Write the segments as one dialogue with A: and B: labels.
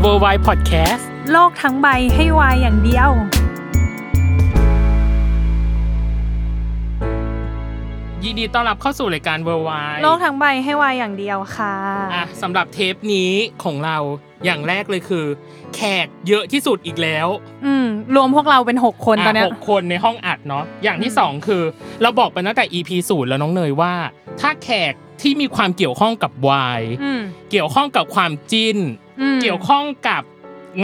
A: เวอร์ไวพอดแคสต์
B: โลกทั้งใบให้วายอย่างเดียว
A: ยินดีต้อนรับเข้าสู่รายการเวอร์ไว
B: โลกทั้งใบให้วายอย่างเดียวค่ะ
A: อ่ะสำหรับเทปนี้ของเราอย่างแรกเลยคือ แขกเยอะที่สุดอีกแล้ว
B: อืม รวมพวกเราเป็น 6 คนตอนเนี้
A: ะ
B: ย
A: หกคนในห้องอัดเนาะอย่างที่ 2 คือ เราบอกไปตั้งแต่ EP ศูนย์แล้วน้องเนยว่า ถ้าแขกที่มีความเกี่ยวข้องกับวาย
B: อืม
A: เกี่ยวข้องกับความจิ้น
B: อืม
A: เกี่ยวข้องกับ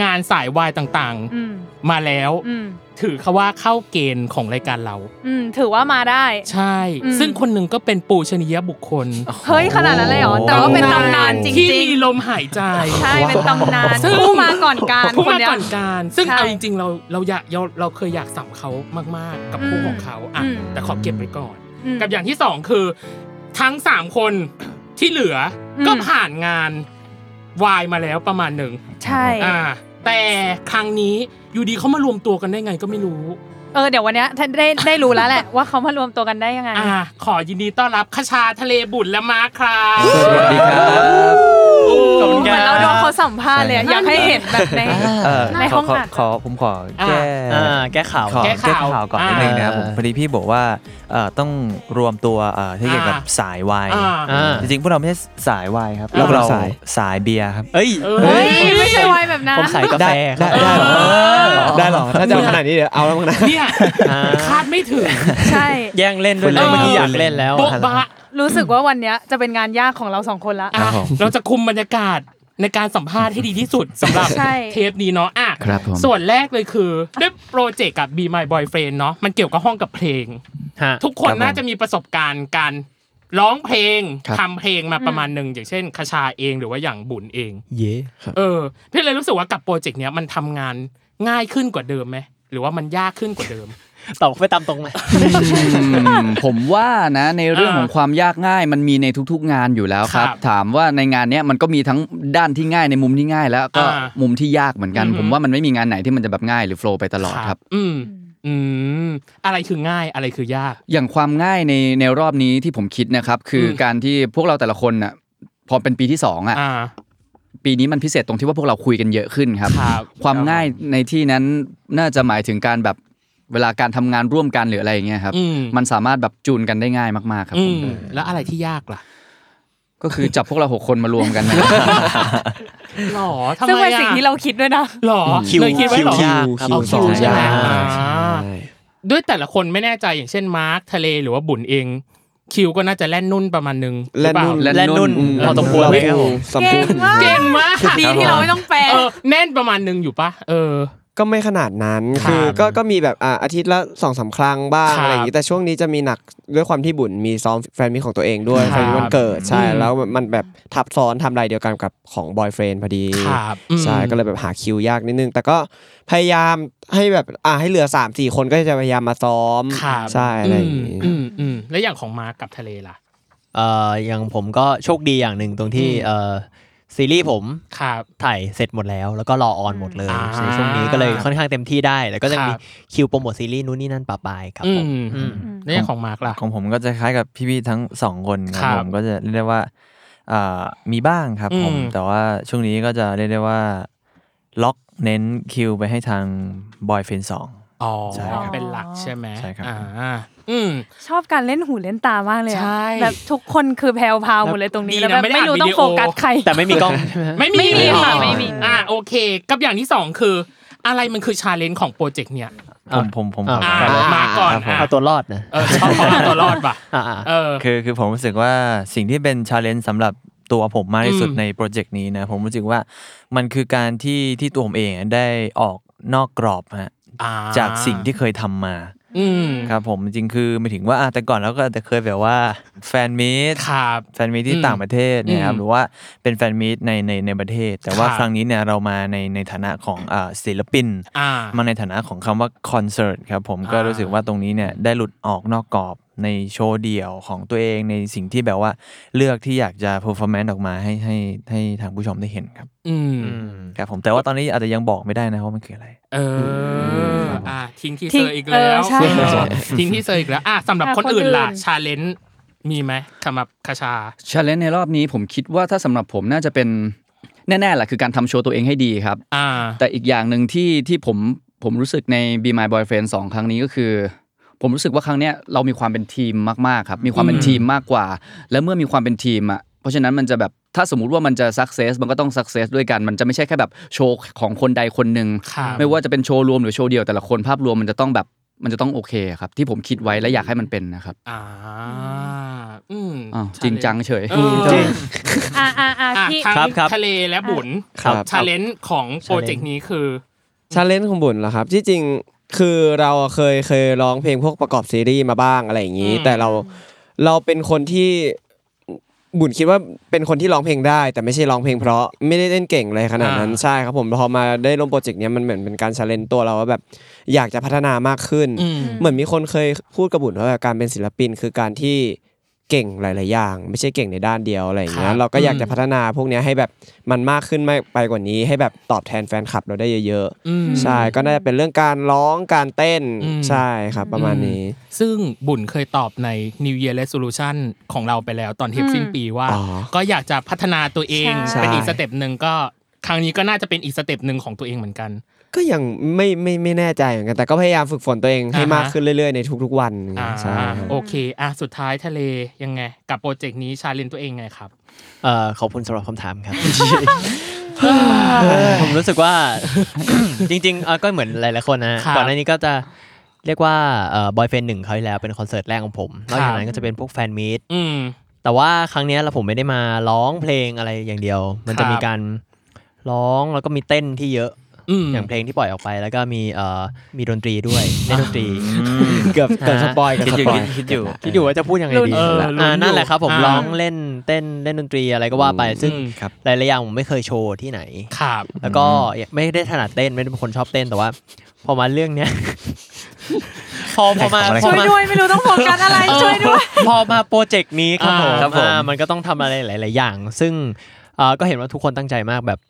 A: งานสายวายต่าง
B: อืม
A: ๆ มาแล้ว
B: อืม
A: ถือเขาว่าเข้าเกณฑ์ของรายการเรา
B: อืมถือว่ามาได้
A: ใช่
B: อืม
A: ซึ่งคนหนึ่งก็เป็นปูชนียบุคคล
B: เฮ้ย ขนาดนั้นเลยเหรอ แต่ว่าเป็นตำนานจ
A: ที่
B: ริง
A: มีลมหายใจ
B: ๆ ใช่ เป็นตำนาน
A: ซึ่ง
B: ผู้มาก่อนการ
A: ผู้
B: คน
A: มา
B: เนี้ย
A: ก่อนการ ซึ่ง
B: ใช่
A: เอาจริงๆ เราเราอยากเราเราเคยอยากสัมเขามากๆ กับคู่
B: อืม
A: ของเขาอ่ะ
B: อืม
A: แต่ขอเก็บไว้ก่อน
B: ม
A: กับอย่างที่สองคือ ทั้งสามคนที่เหลืออ
B: ม
A: ก็ผ่านงานวายมาแล้วประมาณหนึ่ง
B: ใช่
A: อ่า แต่ครั้งนี้อยู่ดีเขามารวมตัวกันได้ไงก็ไม่รู้
B: เออ เดี๋ยววันเนี้ยท่านได้ได้รู้แล้วแหละ ว่าเขามารวมตัวกันได้ยังไง
A: อ่า ขอยินดีต้อนรับคชาทะเลบุตรและมาร์คครับ
C: สวัสดีครับ
A: โอ้
C: ขอบคุณ
B: เห
C: ค
B: มือน
C: บ
B: เราโดนเขาสัมภาษณ์เลยอะอยากให้เห็นแบบใน
C: เอ่อ
B: ใน
C: ข
B: ห้
C: อ
B: อง
C: ขอ
B: อัด
C: ขอผมขอ
A: อ่า
C: แก้
D: อ่าแก้ข่าว
C: ขอ
A: แก้
C: แก้
A: ข่าว
C: ข่าวก่อนนิดนึงนะครับ
D: อ่า
C: ผมพอดีพี่บอกว่าเอ่อต้องรวมตัวเอ่อที่เกี่ยวกับ
A: อ่า
C: สายวาย
A: อ่า
D: อ่า
C: จริงๆพวกเราไม่ใช่สายวายครับ
A: อ่า
C: พวกเรา
D: สาย
C: สายเบียร์ครับ
D: เอ้ย
A: เอ้ย
B: เฮ้ยไม่ใช่วายแบบนั้น
D: ผมขายกาแฟ
C: ได้ได้ได้เหรอได้เหรอถ้าจะ
D: ขนาดนี้เดี๋ยวเอาแล้วมั้งนะ
A: เนี่ย
D: อ่า
A: คาดไม่ถึง
B: ใช่
D: แย่งเล่นด้วย
A: เออ
D: เมื่อกี้อยากเล่นแล้ว
A: โบ๊ะบะ
B: รู้สึกว่าวันเนี้ยจะเป็นงานยากของเราสองคนละ
A: อ่ะเราจะคุมบรรยากาศในการสัมภาษณ์ให้ดีที่สุดสำหรับ
B: ใช่
A: เทปนี้เนาะอ่ะ
E: ครับผม
A: ส่วนแรกเลยคือด้วยโปรเจกต์กับ Be My Boyfriend เนาะมันเกี่ยวกับห้องกับเพลง
D: ฮะ
A: ทุกคนน่าจะมีประสบการณ์การร้องเพลง
E: ครับ
A: ทำเพลงมาประมาณหนึ่งอย่างเช่นคชาเองหรือว่าอย่างบุญเอง
D: เย่
A: เออพี่เลยรู้สึกว่ากับโปรเจกต์เนี้ยมันทำงานง่ายขึ้นกว่าเดิมไหมหรือว่ามันยากขึ้นกว่าเดิม
D: ตอบไปตามตรงไหม
E: อืมผมว่านะในเรื่องของความยากง่ายมันมีในทุกๆงานอยู่แล้วครับ
A: ครับ
E: ถามว่าในงานเนี้ยมันก็มีทั้งด้านที่ง่ายในมุมที่ง่ายแล้วก็
A: อ่ามุ
E: มุมที่ยากเหมือนกัน
A: อือหือ
E: ผมว่ามันไม่มีงานไหนที่มันจะแบบง่ายหรือโฟล์ไปตลอดครับ
A: อืม อืม อะไรคือง่ายอะไรคือยาก
E: อย่างความง่ายในในรอบนี้ที่ผมคิดนะครับ คืออ
A: ม
E: การที่พวกเราแต่ละคนน่ะพอเป็นปีที่สองอ่ะ
A: อ่า
E: ปีนี้มันพิเศษตรงที่ว่าพวกเราคุยกันเยอะขึ้นครับ
A: ครับ
E: ความง่ายในที่นั้นน่าจะหมายถึงการแบบเวลาการทำงานร่วมกันหรืออะไรอย่างเงี้ยครับ
A: อืม
E: มันสามารถแบบจูนกันได้ง่ายมากๆครับ
A: อื
E: ผม
A: มแล้วอะไรที่ยากล่ะ
E: ก็คือจับพวกเราหกคนมารวมกันนะ
A: หรอทำ
B: ซึ่ง
A: ไม
B: เป็น
A: อ่ะ
B: สิ่งที่เราคิดด้วยนะ
A: หรอ
D: คิว
A: เลยคิดไว้หรอ
D: คิวยากครับ
A: เอาคิว
D: คิว
A: ใช่ไหม
D: ยาก
A: อ่าด้วยแต่ละคนไม่แน่ใจอย่างเช่นมาร์คทะเลหรือว่าบุญเอง คิวก็น่าจะแล่นนุ่นประมาณนึงหรือเปล่า
E: แล่น
D: แล่นนุ่น
E: อืม
D: พอสมควรเลยครับผม
B: เก่งมาก
A: เก่งมาก
B: ดีที่เราไม่ต้องแปล
A: เออแน่นประมาณนึงอยู่ปะเออ
F: ก็ไม่ขนาดนั้น
A: ครับ
F: คือก็ก็มีแบบอ่าอาทิตย์ละสองสามครั้งบ้าง
A: ครับ
F: อะไรอย่างงี้แต่ช่วงนี้จะมีหนักด้วยความที่บุญมีซ้อมแฟนมิตของตัวเองด้วย
A: ครับ
F: แฟนมิตวันเกิดใช่
A: อืม
F: แล้วมันแบบทับซ้อนไทำลายเดียวกันกับของบอยเฟรนพอดี
A: ครับอืม
F: ใช่ก็เลยแบบหาคิวยากนิดนึง แต่ก็พยายามให้แบบอ่าให้เหลือ3ามสี่คนก็จะพยายามมาซ้อม
A: ครับ
F: ใช่อะไรอย่างงี้
A: อืมอืมอืมแล้วอย่างของมาร์คกับทะเลล่ะ
D: เอ่ออย่างผมก็โชคดีอย่างหนึ่งตรงที่เอ่อซีรีส์ผม
A: ครับ
D: ถ่ายเสร็จหมดแล้ว แล้วก็รอออนหมดเลย
A: อ่า
D: ในช่วงนี้ก็เลยค่อนข้างเต็มที่ได้ แล้วก็จะมี
A: ครับ
D: คิวโปรโมทซีรีส์นู้นนี่นั่นปะปายครับ
A: อื
D: ผม
A: ม
D: อืม
A: แล้วอย่างของมาร์คล่ะ
C: ของผมก็จะคล้ายกับพี่ๆทั้งสองคนค
A: ครั
C: รับบ ผมก็จะเรียกได้ว่าอ่ามีบ้างครับ
A: อืม
C: ผมแต่ว่าช่วงนี้ก็จะเรียกได้ว่าล็อกเน้นคิวไปให้ทางบอยเฟนสอง
A: อ๋อ
C: ใช่ครับ
A: เป็นหลักใช่ไหม
C: ใช่ครับ
A: อ่าอืม
B: ชอบการเล่นหูเล่นตามากเลยอะ
A: ใช่
B: แบบทุกคนคือแพลวพราวหมดเลยตรงนี้
A: ดี
B: แล้ว
A: นะ
B: แบบ
A: ไม่ได้
B: ไม่
A: อัด
B: รู้ต้อ
A: วิดี
B: ง
A: โอ
B: โฟกัสใคร
D: แต่ไม่มีกล้องใช่ไหม
A: ไม่มี
B: ไม่มีค่ะ
A: หรอ
B: ไม่มี
A: อ่าโอเค กับอย่างที่สองคือ อะไรมันคือชาเลนจ์ของโปรเจกต์เนี่ย
C: ผมผมผม
D: อ่ะ
A: อ่า
C: ก่อนเลย
A: มาก่อน
D: ครับผม
A: อ่ะ
D: เอาตัวรอดนะ
A: เออชอบเขาเอาตัวรอดป่ะ
D: อ่า
A: เออ
C: คือคือผมรู้สึกว่าสิ่งที่เป็นชาเลนจ์สำหรับตัวผมมากที่สุด
A: อืม
C: ในโปรเจกต์นี้นะ ผมรู้สึกว่ามันคือการที่ที่ตัวผมเองอ่ะได้ออกนอกกรอบฮะ
A: อ่
C: จากสิ่งที่เคยทำมา
A: อืม
C: ครับผมจริงๆคือหมายถึงว่าอ่ะแต่ก่อนเราก็อาจจะเคยแบบว่าแฟนมีต
A: ครับ
C: แฟนมีตที่
A: อืม
C: ต่างประเทศเนะครับ
A: อืม
C: หรือว่าเป็นแฟนมีตในในในประเทศ แต่ว่า
A: ครับ
C: ครั้งนี้เนี่ยเรามาในในฐานะของอ่าศิลปิน
A: อ่า
C: มาในฐานะของคำว่าคอนเสิร์ตครับผมก็
A: อ่า
C: รู้สึกว่าตรงนี้เนี่ยได้หลุดออกนอกกรอบในโชว์เดี่ยวของตัวเองในสิ่งที่แบบว่าเลือกที่อยากจะเพอร์ฟอร์แมนซ์ออกมาให้ให้ให้ทางผู้ชมได้เห็นครับ
A: อืม
C: ครับผมแต่ว่าตอนนี้อาจจะยังบอกไม่ได้นะว่ามันคืออะไร
A: เอออ่าทิ้งที่
B: ทิ้
A: เซองร์อีกแล้ว
B: เออใช่
A: เออทิ้งที่เซอร์อีกแล้วอ่ะสำหรับ
B: อ่ะ
A: คนอื่นล่ะ
B: คนอื่น
A: ชาเลนจ์มีไหมสำหรับคาชา
E: ชาเลนจ์ในรอบนี้ผมคิดว่าถ้าสำหรับผมน่าจะเป็นแน่ๆแหละคือการทำโชว์ตัวเองให้ดีครับ
A: อ่า
E: แต่อีกอย่างหนึ่งที่ที่ผมผมรู้สึกใน Be My Boyfriend 2 ครั้งนี้ก็คือ ผมรู้สึกว่าครั้งเนี้ยเรามีความเป็นทีมมากๆครับ มีความเป็น
A: อืม
E: ทีมมากกว่า และเมื่อมีความเป็นทีมอ่ะเพราะฉะนั้นมันจะแบบถ้าสมมติว่ามันจะสักเซสมันก็ต้องสักเซสด้วยกัน มันจะไม่ใช่แค่แบบโชว์ของคนใดคนหนึ่ง
A: ครับ
E: ไม่ว่าจะเป็นโชว์รวมหรือโชว์เดียวแต่ละคนภาพรวมมันจะต้องแบบมันจะต้องโอเคครับที่ผมคิดไว้และอยากให้มันเป็นนะครับ
A: อ่าอืม
E: อ้าวจริงจังเฉย
A: เออ
D: จริง
B: อ่าอ่าอ่า
A: อ่ะ
B: ที่
A: ทั้ง
D: ครับครับ
A: ทะเลและบุญ
F: ครับ
A: ชาเลนจ์ของโปรเจกต์นี้คือ
F: ชาเลนจ์ของบุญเหรอครับที่จริงคือเราเคยเคยร้องเพลงพวกประกอบซีรีส์มาบ้างอะไรอย่างนี้
A: อืม
F: แต่เราเราเป็นคนที่บุญคิดว่าเป็นคนที่ร้องเพลงได้ แต่ไม่ใช่ร้องเพลงเพราะไม่ได้เล่นเก่งเลยขนาดนั้นใช่ครับผมพอมาได้ร่วมโปรเจกต์เนี้ยมันเหมือนเป็นการชาเลนจ์ตัวเราว่าแบบอยากจะพัฒนามากขึ้น
A: อืม
F: เหมือนมีคนเคยพูดกับบุญว่าแบบการเป็นศิลปินคือการที่เก่งหลาย ๆ อย่าง ไม่ใช่เก่งในด้านเดียวอะไรอย่างเงี้
A: ครั
F: ย
A: บ
F: เราก็อยาก
A: อืม
F: จะพัฒนาพวกเนี้ยให้แบบมันมากขึ้นไม่ไปกว่านี้ ให้แบบตอบแทนแฟนคลับเราได้เยอะ
A: อืม
F: ๆใช่ก็น่าจะเป็นเรื่องการร้องการเต้น
A: อืม
F: ใช่ครับประมาณนี้
A: ซึ่งบุญเคยตอบใน New Year Resolution ของเราไปแล้วตอนเทป
B: อืม
A: สิ้นปีว่า
F: อ๋อ
A: ก็อยากจะพัฒนาตัวเอง
B: ใช่
A: เป็นอีกสเต็ปหนึ่งก็ครั้งนี้ก็น่าจะเป็นอีกสเต็ปหนึ่งของตัวเองเหมือนกัน
F: ก็ยังไม่ไม่ไม่แน่ใจเหมือนกันแต่ก็พยายามฝึกฝนตัวเองให้
A: อ่าฮะ
F: มากขึ้นเรื่อย ๆ ในทุก ๆ วันอย่างเงี้
A: อ่าย
F: ใช่ครับ
A: โอเคอ่ะสุดท้ายทะเลยังไง กับโปรเจกต์นี้ชาเลนจ์ตัวเองไงครับ
D: เอ่อขอบคุณสำหรับคำถามครับ ผมรู้สึกว่า จริงๆเอ่อก็เหมือนหลายๆคนนะครับ ก่อนหน้านี้ก็จะเรียกว่าบอยเฟนหนึ่งเขาวที่แล้วเป็นคอนเสิร์ตแรกของผมนอก
A: ครั
D: จาก
A: บ
D: นั้นก็จะเป็นพวกแฟนมีต
A: อืม
D: แต่ว่าครั้งเนี้ยเราผมไม่ได้มาร้องเพลงอะไรอย่างเดียว มันจะ
A: ครับ
D: มีการร้องแล้วก็มีเต้นที่เยอะ
A: อืม
D: อย่างเพลงที่ปล่อยออกไป แล้วก็มีเอ่อมีดนตรีด้วย เล่นดนตรี
F: เกือบเกือบสปอยล์เกับ
C: คิดอ
F: ส
C: ยู่
F: ปอย
C: คิด
F: ล์
C: คิดอยู่
D: คิดอยู่ว่าจะพูดยังไงดี
A: เออลุ้นอยู่
D: อ่านั่นแหละครับผม
A: อ่า
D: ร้องเล่นเต้นเล่นดนตรีอะไรก็ว่าไป ซึ่ง
A: อืม
C: ครับ
D: หลายๆอย่างผมไม่เคยโชว์ที่ไหน
A: ครับ
D: แล้วก็ไม่ได้ถนัดเต้นไม่ได้เป็นคนชอบเต้นแต่ว่า พอมาเรื่องเนี้ย พอพอมา
C: แข่ง
D: พ
C: ข
D: อ
B: ช่วย
C: งะไร
B: ด้วย
D: มา
B: ไม่รู้ต้องโฟกัสอะไร
D: เออ
B: ช่วยด้วย
D: พอมาโปรเจกต์นี้ครับผม
A: อ่า
E: ครับผม
D: อ่ามันก็ต้องทำอะไรหลาย ๆ อย่าง ซึ่งเอ่อก็เห็นว่าทุกคนตั้งใจมากแบบ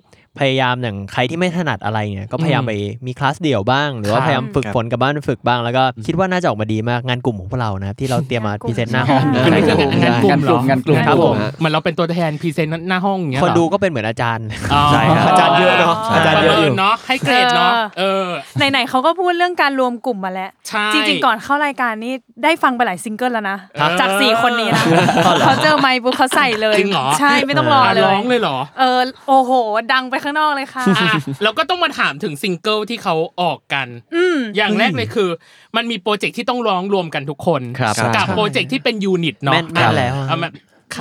D: พยายามอย่างใครที่ไม่ถนัดอะไรเนี่ยก็พยายาม
A: อืม
D: ไปมีคลาสเดี่ยวบ้าง หรือว่า
A: ครับ
D: พยายามฝึก
C: ครับ
D: ฝนกับบ้านฝึกบ้างแล้วก็คิดว่าน่าจะออกมาดีมากงานกลุ่มของพวกเรานะครับที่เราเตรียมมาพรีเซนต์หน้าห้อง
B: ใช่
A: เป็นงานกลุ่มงานกลุ่มเหรอง
E: านกลุ่ม
A: ครับผม
F: งานกลุ่ม
A: เหมือนเราเป็นตัวแทนพรีเซนต์หน้าห้องอย่างเงี้ย
D: คน
A: เหรอ
D: ดูก็เป็นเหมือนอาจารย์
A: อ๋อ
C: ใช่ครับ
F: อาจารย์เยอะเนาะอาจารย์เยอะอยู่
A: เนาะให้เกรดเนาะเออ
B: ไหนๆเขาก็พูดเรื่องการรวมกลุ่มมาแล้ว
A: ใช่
B: จริงๆก่อนเข้ารายการนี่ได้ฟังไปหลายซิงเกิลแล้วนะ
A: ครับ
B: จากสี่คนนี้นะ
A: อ๋อเหรอ
B: เขาเจอไมค์ปุ๊บเขาใส่เลย
A: จริงเหรอ
B: ใช่ไม่ต้องรอ
A: อ่ะ
B: เล
A: ร้
B: ย
A: องเลยเหรอ
B: เออโอ้โห ดังไปข้างนอกเลยค่ะ
A: อ่ะแล้วก็ต้องมาถามถึงซิงเกิลที่เขาออกกัน
B: อืม
A: อย่างแรกเลยคือ มันมีโปรเจกต์ที่ต้องร้องรวมกันทุกคน
E: ครับ
A: กับโปรเจกต์ที่เป็นยูนิตเนาะ
D: แม่นแม่นแล้ว
A: เอามา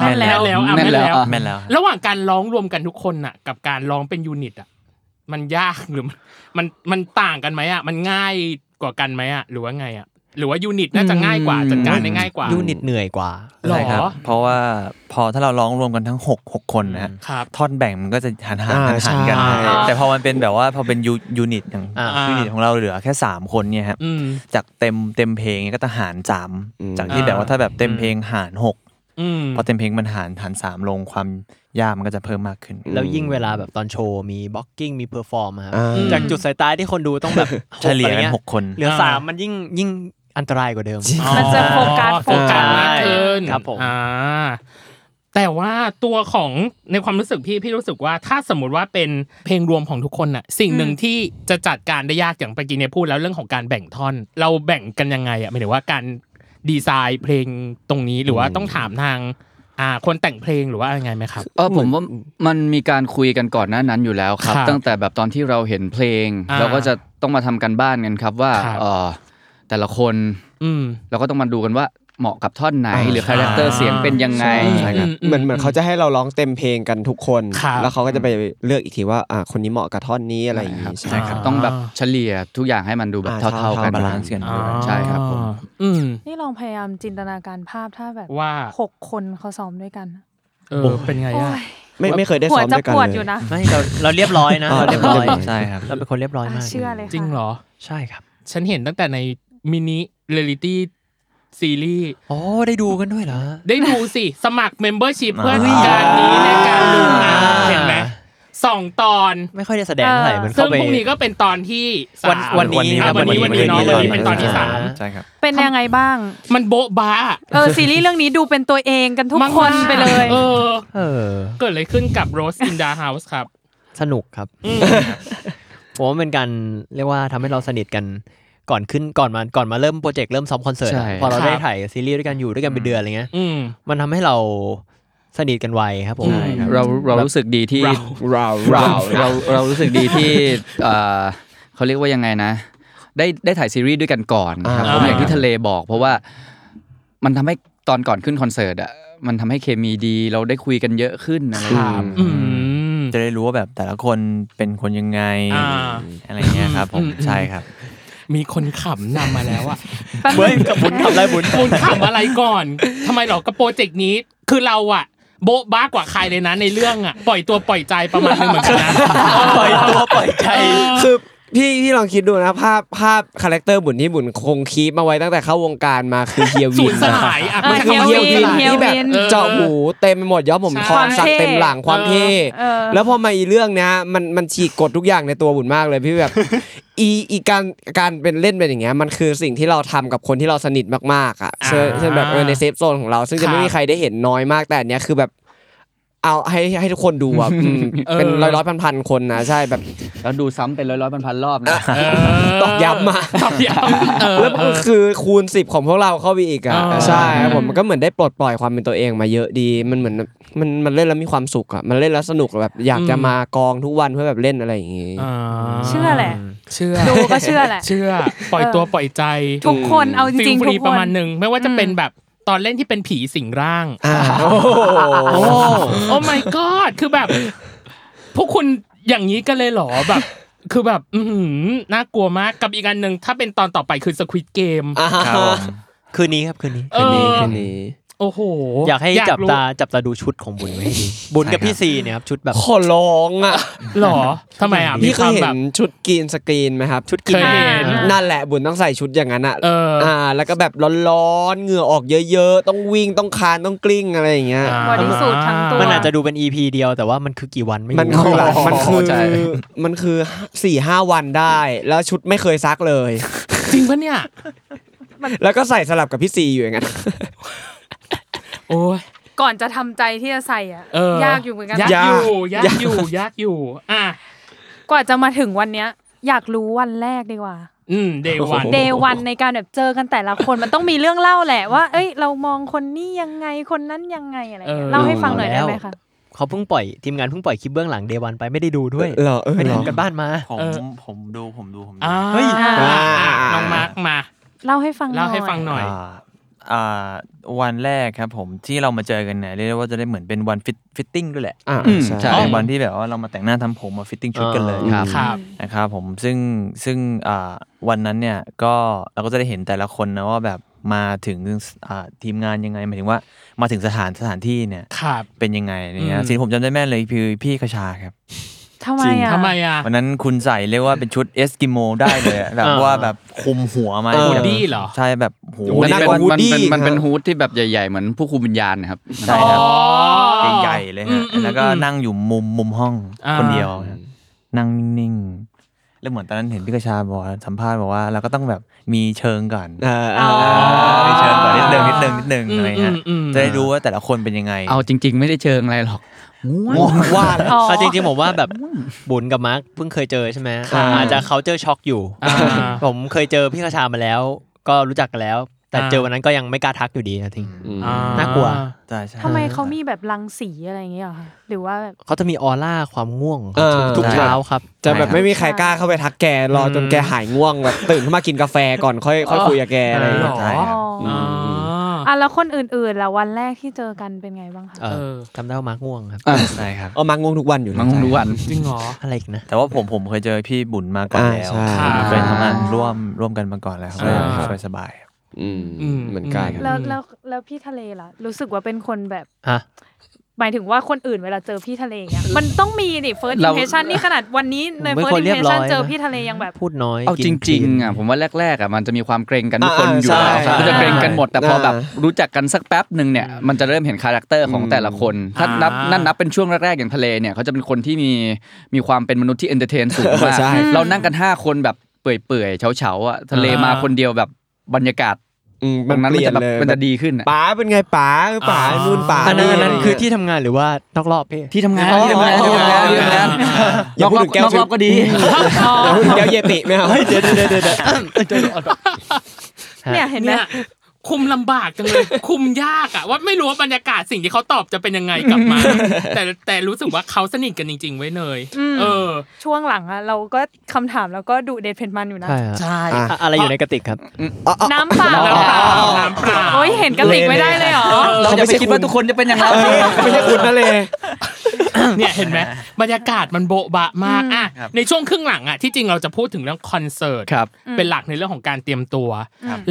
B: แม่นแล้ว
A: แล้วอ่ะ
E: แม่
A: แม่น
E: นแล้
A: แล้ว
E: วอ่ะ
C: แม่นแล้ว
A: ระหว่างการร้องรวมกันทุกคนน่ะ กับการร้องเป็นยูนิตอ่ะมันยากหรือมันมันมันต่างกันไหมอ่ะมันง่ายกว่ากันไหมอ่ะหรือว่าไงอ่ะหรือว่ายูนิตน่าจะง่ายกว่าจัดการได้ง่ายกว่า
D: ยูนิตเหนื่อยกว่า
A: หรอ
C: ใช่ครับเพราะว่าพอถ้าเราร้องรวมกันทั้งหกหกคนนะฮะ
A: ครับ
C: ท่อนแบ่งมันก็จะหันหัน
F: อ่า
C: หันหันกัน
F: ใช่
C: แต่พอมันเป็นแบบว่าพอเป็นยูยูนิตอย่าง
D: อ่า
C: ยูนิตของเราเหลือแค่สามคนเนี่ยครับ
A: อืม
C: จากเต็มเต็มเพลงเนี่ยก็จะหารสาม
F: อืม
C: จากที่แบบว่าถ้าแบบเต็มเพลงหารหก
A: อืม
C: พอเต็มเพลงมันหารหารสามลงความยากมันก็จะเพิ่มมากขึ้น
D: แล้วยิ่งเวลาแบบตอนโชว์มีบ็อกกิ้งมีเพอร์ฟอร์มครับ
F: อ่า
D: จากจุดสายตาที่คนดูต้องแบบ
C: เฉลี่ย
D: อะไร
C: กัน
D: งี้
C: หกคน
D: เหลือ
A: อ่า
D: สามมันยิ่งยิ่งอันตรายกว่าเดิม
B: มันจะโฟกัส
A: อ๋อโฟ
B: โฟ
A: กั
B: กั
A: ส
B: ส
A: มากขึ้น
D: ครับผม
A: อ่า แต่ว่าตัวของในความรู้สึกพี่พี่รู้สึกว่าถ้าสมมติว่าเป็นเพลงรวมของทุกคนน่ะสิ่งหนึ่งที่จะจัดการได้ยากอย่างปกินเนี่ยพูดแล้วเรื่องของการแบ่งท่อน เราแบ่งกันยังไงอ่ะหมายถึงว่าการดีไซน์เพลงตรงนี้หรือว่าต้องถามทางอ่าคนแต่งเพลงหรือว่ายังไงไหมครับ
E: เออผมว่ามันมีการคุยกันก่อนหน้านั้นอยู่แล้วครับ
A: ครับ
E: ตั้งแต่แบบตอนที่เราเห็นเพลง
A: อ่า
E: เราก็จะต้องมาทำกันบ้านกันครับว่า
A: ครับ
E: เออแต่ละคน
A: อืม
E: เราก็ต้องมาดูกันว่าเหมาะกับท่อนไหนหรือคาแรคเตอร์
A: อ่า
E: เสียงเป็นยังไง
C: ใช่ครับ
F: เหมือนเหมือนเขาจะให้เราร้องเต็มเพลงกันทุกคน
A: ครับ
F: แล้วเขาก็จะไปเลือกอีกทีว่าอ่ะคนนี้เหมาะกับท่อนนี้อะไรอย่างงี้
E: ใช่
F: ใช่
E: ครับต้องแบบเฉลี่ยทุกอย่างให้มันดูแบบ
F: อ่า
E: เท่า ๆกัน
F: เท่าๆ
C: บาลานซ์กัน
A: อ๋อ
E: ใช่ครับผม
A: อืม
B: นี่ลองพยายามจินตนาการภาพถ้าแบบ
A: ว่า
B: หกคนเขาซ้อมด้วยกัน
A: เออเป็นไง
B: โอ้
A: อะ
B: ย
F: ไม่ไม่เคยได้
B: หัว
F: ซ้อม
B: จะ
F: ด้วยกัน
B: ปวด
F: เล
B: อยู่
F: ย
B: นะ
D: ไม่เราเราเรียบร้อยนะ
F: อ่า
D: เราเรียบร้อย
F: เรียบร้อย
C: ใช่ครับ
D: เราเป็นคนเรียบร้อย
B: อ่ะ
D: มาก
B: เชื่อเลยค่ะ
A: จริงเหรอ
D: ใช่ครับ
A: ฉันเห็นตั้งแต่ในมินิเรลิตี้ซีรีส์
D: อ๋อได้ดูกันด้วยเหรอ
A: ได้ดูสิ สมัคร membership
C: อ่า
A: เพื่อการนี้ในการดูหนะ
D: อ่า
A: เห็นไหมสองตอน
D: ไม่ค่อยได้แสดงเท่าไหร่มัน
A: ซึ่
D: เข้าง ไป
A: พรุ่งนี้ก็เป็นตอนที่สาม
D: วันวันนี้
A: อ่ะวันนี้วันนี้เนาะวันนี้เป็นตอนที่สาม
C: ใช่ครับ
B: เป็นยังไงบ้าง
A: มันโบ๊ะบ้า
B: เออซีรีส์เรื่องนี้ดูเป็นตัวเองกันทุก
A: มาก
B: คนไปเลย
A: เออ
D: เออ
A: เกิดอะไรขึ้นกับ Rose in the House ครับ
D: สนุกครับ ผมว่าเป็นการเรียกว่าทำให้เราสนิทกันก่อนขึ้นก่อนมาก่อนมาเริ่มโปรเจกต์เริ่มซ้อมคอนเสิร์ตอะ
E: ใช่
D: พอเรา
A: ครับ
D: ได้ถ่ายซีรีส์ด้วยกันอยู่ด้วยกันเป็นเดือนอะไรเงี้ย
A: อืม
D: มันทำให้เราสนิทกันไวครับผม
A: ใช่ครับ
E: เราเรารู้สึกดีที่
A: เรา
F: เรา
E: เรา เรา
F: เรา
E: เรารู้สึกดีที่เอ่อเขาเรียกว่ายังไงนะ ได้ได้ถ่ายซีรีส์ด้วยกันก่อนครับ
F: อ่า
E: ผมอย่างที่ทะเลบอก เพราะว่ามันทำให้ตอนก่อนขึ้นคอนเสิร์ตอ่ะมันทำให้เคมีดีเราได้คุยกันเยอะขึ้นอะไรอย่างเงี้ย
A: อืม
C: จะได้รู้ว่าแบบแต่ละคนเป็นคนยังไง
A: อ่า
C: อะไรเงี้ยครับผมใช่ครับ
A: มีคนขำนำมาแล้วอะ
D: เฮ้ยกับบุญทำไรบุญ
A: คุณขำอะไรก่อนทำไมหรอกับโปรเจกต์นี้ คือเราอะโบ๊ะบ้ากว่าใครเลยนะในเรื่องอะปล่อยตัวปล่อยใจประมาณนึงเหมือนกันนะ
D: ปล่อยตัวปล่อยใจ
F: คือพี่พี่ลองคิดดูนะภาพภาพคาแรคเตอร์บุญที่บุญคงคีปมาไว้ตั้งแต่เข้าวงการมาคือเฮีย
A: สู
F: วิ
A: ญ
F: น
A: สลายอ่ะ
B: เออ
A: ไม่ใช่คำว่า
B: เฮี
F: เฮี
B: ยวิ
F: ยวิ
B: น
F: น
B: เฮียวิน
F: ที่แบบเจาะหูเต็มไปหมดย้อมผม
A: ใช่
F: ทองสักเต็มหลังความเท่
B: เออ
F: แล้วพอมาอีเรื่องเนี้ยมันมันฉีกกฎทุกอย่างในตัวบุญมากเลยพี่แบบ อีอีการการเป็นเล่นเป็นอย่างเงี้ยมันคือสิ่งที่เราทำกับคนที่เราสนิทมากๆอ่ะเช่น
A: อ่า
F: เช่นแบบเออในเซฟโซนของเรา ซึ่ง
A: ครับ
F: จะไม่มีใครได้เห็นน้อยมากแต่อันเนี้ยคือแบบเอาให้ให้ทุกคนดูอ่ะอืม
A: เออ
F: เป็นร้อยร้อยพันพันๆคนนะใช่แบบ
E: แล้วดูซ้ำเป็นร้อยร้อยพันพันๆรอบนะ
A: เ
F: ตอกย้ำอะ
A: ตอกย้ำเออ
F: แล้วมันคือคูณสิบของพวกเราเข้าไปอีกอ่ะ
A: อ่า
F: ใช่ครับผมมันก็เหมือนได้ปลดปล่อยความเป็นตัวเองมาเยอะดี มันเหมือนมันมันเล่นแล้วมีความสุขอ่ะมันเล่นแล้วสนุกแบบอยากจะมากองทุกวันเพื่อแบบเล่นอะไรอย่างงี้
A: อ่า
B: เชื่อแหละ
A: เชื่อ
B: ดูก็เชื่อแหละ
A: เชื่อ ปล่อยตัวปล่อยใจ
B: ทุกคนเอาจ
A: ฟิล
B: ริง
A: ฟ
B: ๆทุ
A: รี
B: กค
A: ประ
B: น
A: มาณหนึ่งไม่ว่าจะเป็นแบบตอนเล่นที่เป็นผีสิงร่าง
F: อ่า
A: โอ้ โอ้ my god คือแบบ พวกคุณอย่างนี้กันเลยเหรอแบบ คือแบบ อือหือน่ากลัวมากกับอีกอันหนึ่งถ้าเป็นตอนต่อไปคือ Squid Game
F: อ่า
C: ครับผม
D: คืนนี้ครับคืนนี้
A: เออ
F: อันนี้
A: โอ้โห
D: อยากให้จับ
A: รู้
D: ตาจับตาดูชุดของบุญไว้ให้ดีบุญกับพี่ซีเนี่ยครับชุดแบบ
F: ขอร้องอ่ะ
A: หรอทำไมอ่ะ
F: พี่เคย
A: มีวาม
F: เห็
A: แบบ
F: นชุดกรีนสกรีนไหมครับ ชุดกรีน
A: เคยเห็น
F: นั่นแหละบุญต้องใส่ชุดอย่างนั้นอ่ะ
A: เอออ่า
F: แล้วก็แบบร้อนๆเหงื่อออกเยอะๆ ต้องวิ่งต้องคานต้องกลิ้งอะไรอย่างเงี้ย
B: บอดี้สูททั้งตัว
D: มันอาจจะดูเป็น EP เดียวแต่ว่ามันคือกี่วันไม่รู้
F: มันคือ
E: หลัง
F: มันคือ
E: ใช่
F: มันคือสี่ห้าวันได้ แล้วชุดไม่เคยซักเลย
A: จริงปะเนี่ย
F: แล้วก็ใส่สลับกับพี่ซีอยู่อย่างนั้น
A: โอ้ย
B: ก่อนจะทำใจที่จะใส่อ่ะ
A: เออ
B: ยากอยู่เหมือนกัน
A: ยากอยู่ยาย
F: าก ก
A: อยู่ยากอยู่ อ่ะ
B: กว่าจะมาถึงวันเนี้ย อยากรู้วันแรกดีกว่า
A: อืมเดวัน
B: เดวันในการแบบเจอกันแต่ละคนมันต้องมีเรื่องเล่าแหละว่าเอ้ยเรามองคนนี้ยังไงคนนั้นยังไงอะไรเงี้ย
A: เออ
B: เล่าให้ฟังหน่อยได้ไหมคะ
D: เขาเพิ่งปล่อยทีมงานเพิ่งปล่อยคลิปเบื้องหลังเดวันไปไม่ได้ดูด้วย
F: เหรอเออ
D: ไม่
F: เห
D: ได้
F: รอ
D: ทำกันบ้านมา
C: ผม
A: เออ
C: ผมดูผมดูผมดู
A: อ่า
D: เฮ้ย
A: อ่ะ
F: อ่า
A: น้องมาร์กมา
B: เล่าให้ฟังน่อย
A: เล่าให้ฟังหน่อย
C: าอ่าวันแรกครับผมที่เรามาเจอกันเนี่ยเรียกได้ว่าจะได้เหมือนเป็นวันฟิตฟิตติ้งด้วยแหละ
F: อ่า
E: อืม
F: ใช่
E: ใช่
C: เป็นวันที่แบบว่าเรามาแต่งหน้าทำผมมาฟิตติ้งชุดกันเลย
E: ครับ
A: ครับ
C: นะครับผมซึ่งซึ่งอ่าวันนั้นเนี่ยก็เราก็จะได้เห็นแต่ละคนนะว่าแบบมาถึงอ่าทีมงานยังไงหมายถึงว่ามาถึงสถานสถานที่เนี่ย
A: ครับ
C: เป็นยังไงอะไรเนี่
A: อืม
C: ยสิ่งที่ผมจำได้แม่นเลยคือพี่ขชาครับ
B: ทำไมอ่ะ
A: ทำไมอ่ะ
C: วันนั้นคุณใส่เรียกว่าเป็นชุดเอสกิโมได้เลยอะแบบ
D: อ่า
C: ว่าแบบคุมหัวมา
F: เออ
C: พู
A: บู
C: แบบ
A: ดี้เหรอ
C: ใช่แบบโห
F: โอ้โห
E: มัน
F: น่า
E: เป็
F: กลั
E: น
F: ววูด
E: มัน
F: ดี้
E: เป็นมันเป็น
F: ครับ
E: ฮูดที่แบบใใหญ่ๆเหมือนผู้คุมวิญญาณนะครับ
C: ใช่ครับ
A: อ๋อ
C: ใหญ่ๆเลย
A: อืม
C: ฮะ
A: อืม
C: แล้วก็นั่งอยู่มุมมุมห้อง
A: อ่า
C: คนเดียวฮะนั่งนิ่งๆ แล้วเหมือนตอนนั้นเห็นพี่กระชาบอกว่าสัมภาษณ์บอกว่าเราก็ต้องแบบมีเชิงก่อน
F: อ่า
B: อ๋อ
C: อ่ามีเชิงก่อนนิดนึงนิดนึงนิดนึง
A: อืม
C: อะไรเงี้ย
A: อืมอืม
C: จะได้รู้ว่าแต่ละคนเป็นยังไง
E: เอาจริง ๆ ไม่ได้เชิงอะไรหรอกง่วง
C: ว่าแล้ว
B: อ๋อ
D: เอาจริงๆผมว่าแบบบุญกับมาร์คเพิ่งเคยเจอใช่ไหม
C: ครับ
D: อาจจะเขาเจอช็อกอยู่
A: อ่า
D: ผมเคยเจอพี่คาชามาแล้ว ก็รู้จักกันแล้ว แต่
A: อ่า
D: เจอวันนั้นก็ยังไม่กล้าทักอยู่ดีนะทิง
F: อืม
A: อ่
D: น่ากลัว
C: ใช่ใช่
B: ทำไมเขามีแบบรังสีอะไรอย่างเงี้ยเหรอคะหรือว่าแบบ
D: เขาจะมีออร่าความง่วงของ
F: เออ
D: เขาทุกเช้าครับ
F: จะแบบไม่มีใครกล้าเข้าไปทักแกรอจนแกหายง่วงแบบตื่นขึ้นมากินกาแฟก่อนค่อยค่อยคุยกับแกอะไรอย่าง
A: หร
F: เงี้ย
A: อ
C: ใช่
B: อ๋อ
C: ครับ
B: อ
A: อ๋อ
B: อ่ะแล้วคนอื่นๆล่ะวันแรกที่เจอกันเป็นไงบ้างคะ
D: เออจำได้ว่ามาร์คง่วงครับ
E: อ่ะ
C: ใช่ครับ
F: เออมาง่วงทุกวันอยู่นะ
E: มังรู้วัน
A: จริงเหรอ
D: อะไรอีกนะ
C: แต่ว่าผมผมเคยเจอพี่บุญมาก่อนแล้ว
F: อ่าใช่
C: ผมเคยทำงานร่วมร่วมกันมาก่อนแล้วครับ
A: อ่า
C: สบายสบายๆ
F: อืม
A: อืม
F: เหมือนกัน
A: ม
B: แล้วแล้วแล้วพี่ทะเลล่ะ รู้สึกว่าเป็นคนแบบ
D: ฮะ
B: หมายถึงว่าคนอื่นเวลาเจอพี่ทะเลอย่างเงี้ยมันต้องมีดิ first
E: เรา
B: impression นี่ขนาดวันนี้ใน
D: ผมเป็น
B: first
D: คนเรียบร้อย
B: impression เจอพี่ทะเลยังแบบ
D: พูดน้อย
E: เอาจ
D: กินคลี
E: ริง
D: น
E: ๆอ่ะผมว่าแรกๆอ่ะมันจะมีความเกรงกันทุกคนอยู่
F: า
E: แล้ว
F: ใช่
E: ก็จะเกรงกันหมดแต่พออา แบบรู้จักกันสักแป๊บหนึ่งเนี่ยมันจะเริ่มเห็นคาแรคเตอร์ของแต่ละคน ถ้านับ
A: อ่านั่
E: นั่นนับเป็นช่วงแรกๆอย่างทะเลเนี่ยเขาจะเป็นคนที่มีมีความเป็นมนุษย์ที่เอนเตอร์เทนสูงมาก
F: ใช่
E: เรานั่งกัน 5 คนแบบเปื่อยๆเฉาๆอ่ะทะเลมาคนเดียวแบบบรรยากาศ
F: อืม
E: ต
F: มั
E: ร
F: น
E: งนั้นมัน
F: เปลี่ยน
E: จะแบบ
F: เลย
E: มันจะดีขึ้นอะ
F: ป๋าเป็นไงป๋าป๋า
A: อ๋อ
F: นู่นป๋า
D: อันนั้นอันนั้นคือที่
F: ะไร
D: ทำงานหรือว่านอกรอบพี่
E: ที่ทำงาน
F: อ๋อ
E: ที่ทำงานที่ทำงานที่ทำงาน
F: อ
E: อ
F: ย่าน
E: ก
F: พู
E: ร
F: ด
E: อบ
F: ถึงแก้วน
E: อกรอบ
F: ชุบ
E: ก็ดี
F: อย่างเงี้ยเราพูดถึงแก้วเยติไหมครับเดี๋ยวเดี๋ยวเดี๋ยว
B: เนี่ยเห็นไหม
A: เนี่ยคุมลำบากจังเลย คุมยากอะว่าไม่รู้ว่าบรรยากาศสิ่งที่เขาตอบจะเป็นยังไงกลับมา แต่แต่รู้สึกว่าเขาสนิทกันจริง ๆ ไว้เนยเออ
B: ช่วงหลังอะเราก็คำถามแล้วก็ดูเดทเพนมันอยู่นะ
D: ใช่ฮะ
A: ใช่
D: อะอะไรอยู่ในกระติกครับ
B: น้ำเปล่า
A: น้ำเปล่าน้ำเปล่า
B: โอ้ยเห็นกระติกไม่ได้เลยเหรอ
E: เราจะไปคิดว่าทุกคนจะเป็นอย่างเรา
F: ไม่ใช่คุณนั่นเลย
A: เนี่ยเห็นไหมบรรยากาศมันโบ๊ะบะมากอ่ะในช่วงครึ่งหลังอ่ะที่จริงเราจะพูดถึงเรื่องคอนเสิร์ต
E: ครับ
A: เป็นหลักในเรื่องของการเตรียมตัว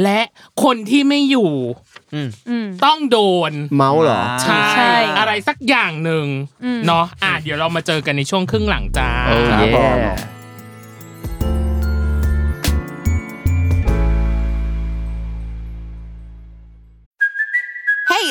A: และคนที่ไม่อยู่
B: อืม
A: ต้องโดน
F: เมาส์เหรอ
A: ใช่
B: ใช่
A: อะไรสักอย่างหนึ่งเนาะอ่ะเดี๋ยวเรามาเจอกันในช่วงครึ่งหลังจ้า
E: ครับผม
G: Hey,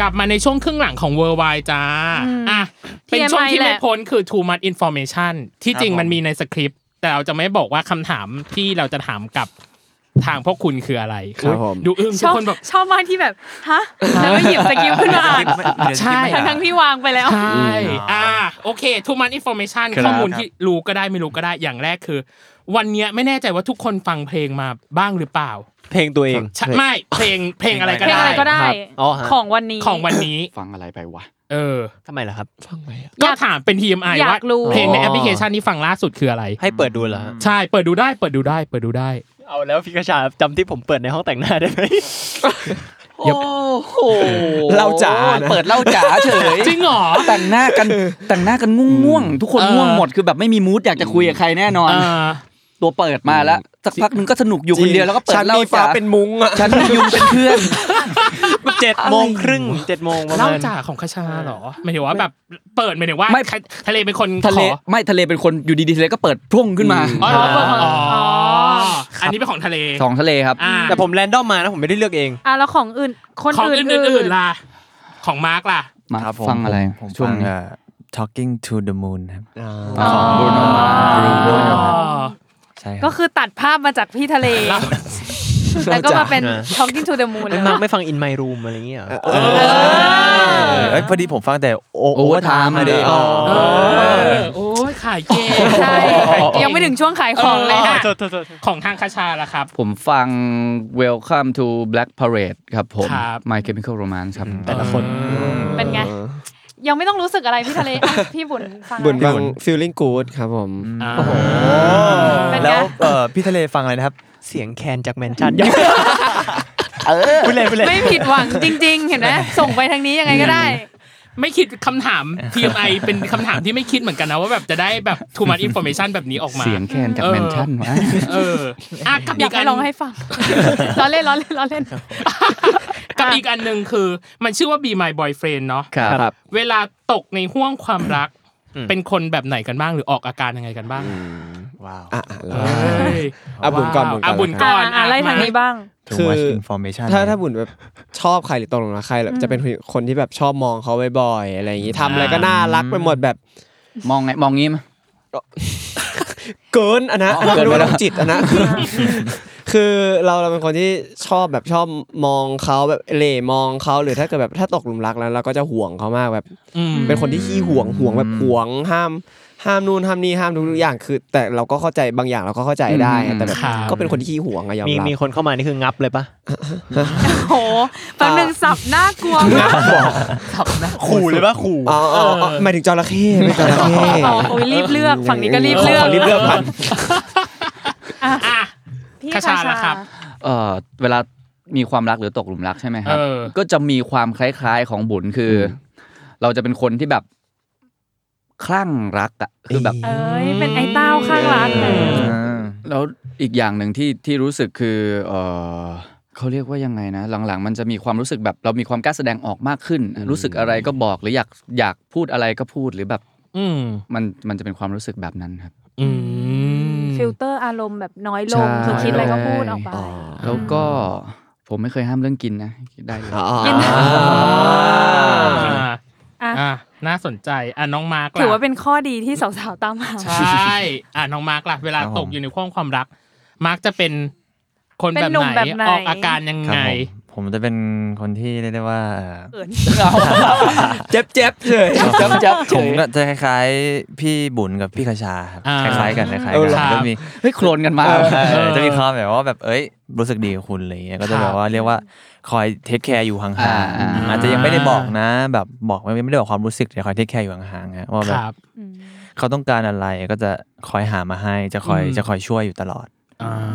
A: กลับมาในช่วงครึ่งหลังของ Worldwide จ้า อ่ะ เป็นช่วงที่
B: TMI แห
A: ไม่
B: ละ
A: พ้นคือ too much information ที่จริง
C: ครับผม
A: มันมีในสคริปต์ แต่เราจะไม่บอกว่าคำถามที่เราจะถามกับทางพวกคุณคืออะไร
F: ครับผม
A: ดูอึ้ง
B: ช
A: ทุก
B: อบ
A: คนแบบ
B: ชอบมากที่แบบ ฮะ แล้วก็หยิบสกิลขึ้นมาอ่าน
A: ใช่
B: ทั้งทั้งๆที่วางไปแล้ว
A: ใช่ อ่า โอเค too much information
C: ครับ
A: ข้อมูลที่รู้ก็ได้ไม่รู้ก็ได้ อย่างแรกคือ วันเนี้ยไม่แน่ใจว่าทุกคนฟังเพลงมาบ้างหรือเปล่า
D: เพลงตัวเอง
A: ใช่ไม่ เพลง เพลงอะไรก็
B: เพลง
A: ได้
B: อะไรก็ได้
D: ครับอ๋อฮะ
B: ของวันนี้
A: ของวันนี้
E: ฟังอะไรไปวะ
A: เออ
D: ทำไมล่ะครับ
A: ก็ถามเป็น TMI
B: อยาก
A: ว่า
B: รู้
A: เพลงในแอปพลิเคชันที่ฟังล่าสุดคืออะไร
D: ให้เปิดดูเหรอฮะ
A: ใช่ เปิดดูได้ เปิดดูได้ เปิดดูได้
D: เอาแล้วพี่กระชาจำที่ผมเปิดในห้องแต่งหน้าได้ไหม
E: โอ้โห
F: เล่าจ๋านะ
E: เปิดเล่าจ๋าเฉย
A: จริงเหรอ
E: แต่งหน้ากันแต่งหน้ากันง่วงๆทุกคน
A: เออ
E: ง่วงหมดคือแบบไม่มีมูดอยากจะคุยกับใครแน่นอน
A: เออ
E: ตัวเปิดมาแล้วสักพักนึงก็สนุกอยู่คนเดียวแล้วก็เปิด
F: ฉัน
E: เล่า
F: มีฟ้า
E: จ๋า
F: เป็นมุ้งอ่ะ
E: ฉันมียุงเป็นเพื่อน
D: เจ็ดโมงครึ่งเจ็ดโมงประ
A: เล่า
D: มาณ
A: จากของคาชาเหรอหมายถึงว่าแบบเปิดหมายถึงว่า
E: ไม่
A: ใครทะเลเป็นคน
E: ทะเล
A: ขอ
E: ไม่ทะเลเป็นคนอยู่ดีๆทะเลก็เปิดพุ่งขึ้นมา
A: อ๋อเหรอ
B: อ๋อ
A: อ๋
B: อ๋
A: อ
B: ออ๋อ
A: อันนี้เป็นของทะเล
E: สองทะเลครับ
A: อ่า
D: แต่ผมแรนดอมมานะผมไม่ได้เลือกเอง
B: อ่ะแล้วของอื่น คน
A: ของ
B: อื่น
A: อื่นๆล่ะ ของมาร์กล่ะ
E: มา
C: ครับผม
E: ฟังอะไร
C: ผม
E: ช่วง
C: ฟัง
E: นี้
C: เอ่อ Talking to the Moon ครับ
B: อ๋อ
C: ของ Bruno Mars
A: อ๋อ
C: ใช่ครับ
B: ก็คือตัดภาพมาจากพี่ทะเล
A: เรา
B: แล้วก็มาเป็น
D: อ่า
B: talking to the moon
D: ไม่มาไม่ฟัง in my room อะไรอย่างเงี้ยเหรอ
C: เอ้ยพอดีผมฟังแต่โอเวอร์ไทม์มาดิ
A: โอ้ยขายเก่ง
B: ใช่ยังไม่ถึงช่วงขายของเลยค่ะ
A: ออของทางคาชาล่ะครับ
E: ผมฟัง Welcome to Black Parade ครับผม
A: ครับ
E: My Chemical Romance ครับ แต่ละคน
B: เป็นไง ยังไม่ต้องรู้สึกอะไรพี่ทะเลอ่ะพี่บุญฟัง
F: บุญบัง feeling good ครับผม
A: โอ้โห
B: เป็นไง
C: แล้วเอ่อพี่ทะเลฟังอะไรนะครับ
D: เสียงแคนจากแมนชั่น
C: เออ
D: พูดเลยพูดเลย
B: ไม่ผิดหวังจริง ๆ เห็นไหมส่งไปทางนี้ยังไงก็ได้
A: ไม่คิดคำถาม TMI เป็นคำถามที่ไม่คิดเหมือนกันนะว่าแบบจะได้แบบ too much information แบบนี้ออกมา
E: เสียงแคนจาก
A: เออ
E: แมนชั่นวะ
A: เอออ่ะกับ
B: อ
A: อี
B: ยาก
A: ก
B: ให้
A: อัน
B: ร้องให้ฟัง ล้อเล่นล้อเล่นล้อเล่น
A: กับอีกอันหนึ่งคือ มันชื่อว่า be my boyfriend เนาะ
E: ครับครับ
A: เวลาตกในห่วงความรัก เป็นคนแบบไหนกันบ้างหรือออกอาการยังไงกันบ้าง
C: ว้าว
F: อ่ะแล้ว
A: เฮ้ย
F: อ่ะบุญก่อนบุญก่อน
A: ะบุญก่อน
B: อ่ะอ่ะไล่ทางนี้บ้าง
F: คื
C: Too
F: อ
C: much information
F: ถ้าถ้าบุญแบบชอบใครหรือตกหลงรักใครแบบจะเป็นคนที่แบบชอบมองเขาบ่อยๆอะไรอย่างนี้ทำอะไรก็น่ารักไปหมดแบบ
E: มองไง มองงี้มั้ย
F: เกินอันนะ
E: อ๋อเกิน
F: ดู
E: ไปแล้ว
F: ทางจิตอัน นะคือคือเราเราเป็นคนที่ชอบแบบชอบมองเขาแบบเหล่มองเขาหรือถ้าเกิดแบบถ้าตกหลุมรักแล้วเราก็จะห่วงเขามากแบบ
A: อืม
F: เป็นคนที่ขี้ห่วงห่วงแบบห่วงห้าม ห้ามนู่นห้ามนี่ห้ามทุกๆอย่างคือ แต่เราก็เข้าใจบางอย่างเราก็เข้าใจได้
E: อืม
F: แต่แบบ
A: ครับ
F: ก็เป็นคนที่ขี้ห่วงอะยอม
D: มี
F: รับ
D: มีคนเข้ามานี่คืองับเลยปะ
B: โอ้โหแป๊บหนึงสับน่ากลัวมาก
D: ขู่เลยปะขู่
F: อ๋ออ๋ออ๋อหมายถึงจระเข้ไม่จระเข้
B: อ๋อโอ้ยรีบเลือกฝั่งนี้ก็รีบเลือก
F: ขรีบเลือกพัน
A: อ่ะ
B: พี่
A: คาชาล่ะครับ
E: เอ่อเวลามีความรักหรือตกหลุมรักใช่ไหมครับ
A: เออ
E: ก็จะมีความคล้ายๆของบุญคืออเราจะเป็นคนที่แบบคลั่งรักอะคือแบบ
B: เอ้ยเป็นไอ้เต้าข้างรักเลย
E: แล้วอีกอย่างหนึ่งที่ที่รู้สึกคือเออเขาเรียกว่ายังไงนะ หลังๆ มันจะมีความรู้สึกแบบเรามีความกล้าแสดงออกมากขึ้น รู้สึกอะไรก็บอกหรืออยากอยากพูดอะไรก็พูดหรือแบบ
A: อืม
E: มันมันจะเป็นความรู้สึกแบบนั้นครับ
A: อืม
B: ฟิลเตอร์อารมณ์แบบน้อยลง
E: ใช่
B: คือคิดอะไรก็พูดออกไป
E: แล้วก็ผมไม่เคยห้ามเรื่องกินนะกินได้เลย
B: อ่ะ
A: อ่ะน่าสนใจอ่ะน้องมาร์ก
B: ถือว่าเป็นข้อดีที่สาวๆตามหา
A: ใช่อ่ะน้องมาร์กล่ะเวลา
C: ครับผม
A: ตกอยู่ในข้วงความรัก มาร์กจะเป็นคน
B: เป็
A: แบบ
B: นหนุ่ม
A: ไหน
B: แบบไหน
A: ออกอาการยัง
C: ครับ
A: ไง
C: ผมผมจะเป็นคนที่เรียกได้ว่าเอ่อ
B: เขิน
F: เจ็บเจ็บเฉย
C: ผมก็จะคล้ายๆพี่บุญกับพี่คชาครับ
A: อ่า
C: คล้ายๆกันคล้าย
A: เอ
C: ๆ
A: อ
C: กัน
A: ครับ
C: จะมี
E: เฮ้ยโคลนกันมา
C: เออจะมีความแบบว่าแบบเอ้ยรู้สึกดีกับคุณอะไรเงี้ยก็จะแบบว่าเรียกว่าคอยเทคแคร์อยู่ห่าง
E: อ่าอ่า
C: ๆอาจจะยังไม่ได้บอกนะ แบบบอกไม่ไม่ได้บอกความรู้สึกแต่คอยเทคแคร์อยู่ห่างๆฮะว่า
A: ค
C: แบบ
A: รับ
C: เขาต้องการอะไรก็จะคอยหามาให้จะคอย
A: อืม
C: จะคอยช่วยอยู่ตลอด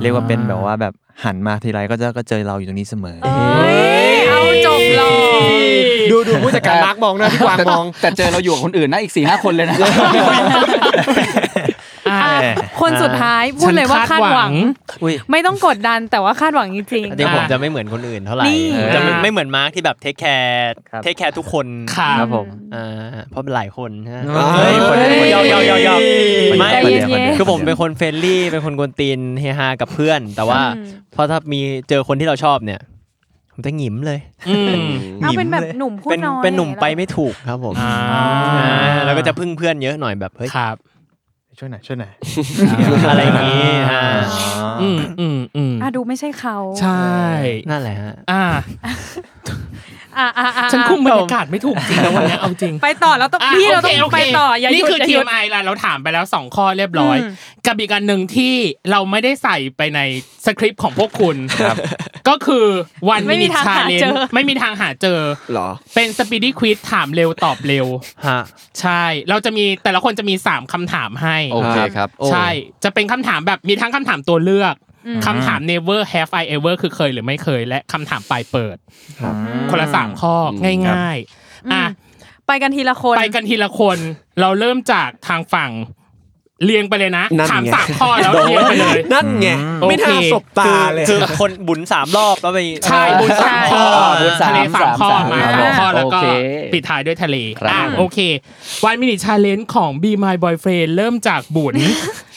C: เรียกว่าเป็นแบบว่าแบบหันมาทีไรก็จะก็เจอเราอยู่ตรงนี้เสมอ
B: เฮ้ยเอาจบหลอก
F: ดูดูผู้จัดการมาร์กมองนะพี่กวางมอง
E: แต่เจอเราอยู่กับคนอื่นนะอีกสี่ห้าคนเลยนะ
A: อ่ะ
B: อ่ะคนสุดท้ายพูดเลยว่าคาดหวัง
C: อุ้ย
B: ไม่ต้องกดดันแต่ว่าคาดหวังจริง
D: จริงๆผมจะไม่เหมือนคนอื่นเท่าไหร่
B: นี่
D: จะไม่ไม่เหมือนมาร์คที่แบบเทคแคร์
C: ครับ
D: เทคแคร์ทุกคน
A: ครับ
C: ครับผม
D: อ่าเพราะหลายคนฮะ
C: เฮ้ยคนเดียวคนเดีย
D: ยาว วยาวยาวยาวไม่
B: ใจเย็นๆ
C: คนดีว
D: คือผมเป็นคนเฟรนลี่เป็นคนกวนตีนเฮฮากับเพื่อน แต่ว่าพอถ้ามีเจอคนที่เราชอบเนี่ย ผมจะหงิมเลย
A: อืม
B: ๆเอาเป็นแบบหนุ่มพูด
D: เป็น
B: น้อย
D: เป็นหนุ่มไปไม่ถูกครับผม
A: อ่า
D: อ่าแล้วก็จะพึ่งเพื่อนเยอะหน่อยแบบเฮ้ย
A: ครับ
C: ช่วยหน่อยช่วยหน่อย
D: อะไรอย่างนี้อ่า
A: อืมอืมอืม
B: อ่ะดูไม่ใช่เขา
A: ใช่
D: นั่นแหละฮะ
A: อ่า
B: อ่ะอ่ะอ่ะ
A: ฉันคุมบรรยากาศไม่ถูกจริงนะวันเนี้ยเอาจริง
B: ไปต่อเราต้อง
A: อ่ะ
B: พี่เรา
A: โค
B: ต้อง
A: โค
B: ไปต่ออย่าห
A: นี่
B: ยุด
A: คือ
B: อย่าหยุด
A: TMI ละเราถามไปแล้ว 2 ข้อเรียบร้อย
B: อืม
A: กับอีกอันหนึ่งที่เราไม่ได้ใส่ไปในสคริปต์ของพวกคุณก็คือวัน
B: ไม่มีทางหาเจอ
A: ไม่มีทางหาเจอ
F: หรอ
A: เป็นสปีด y q ควิ z ถามเร็วตอบเร็ว
D: ฮะ
A: ใช่ เราจะมีแต่ละคนจะมี 3คำถามให้
E: โอเคครับ
A: ใช่ จะเป็นคำถามแบบมีทั้งคำถามตัวเลือกคำถาม never have I ever คือเคยหรือไม่เคย และคำถามปลายเปิด คนละสามข้อง่ายๆอ่ะ
B: ไปกันทีละคน
A: ไปกันทีละคนเราเริ่มจากทางฝั่งเรียงไปเลยนะ
F: นั่นไง
A: ถามสามข้อแล้วเรียงไปเลย
F: นั่นไง
A: โอเค
F: ไม่น่าสบตาเลย
D: คือคนบุญสามรอบแล้วไป
A: ใช่บุญสามข้อ
E: อ่าบุญสาม
A: ทะเลสามข้อ
E: สาม
A: มา
E: สาม
A: สามข้อแล้วก็
E: โอเค
A: ปิดท้ายด้วยทะเล
E: ครับ
A: อ่ะโอเควันมินิชาเลนจ์ของ Be My Boyfriend เริ่มจากบุญ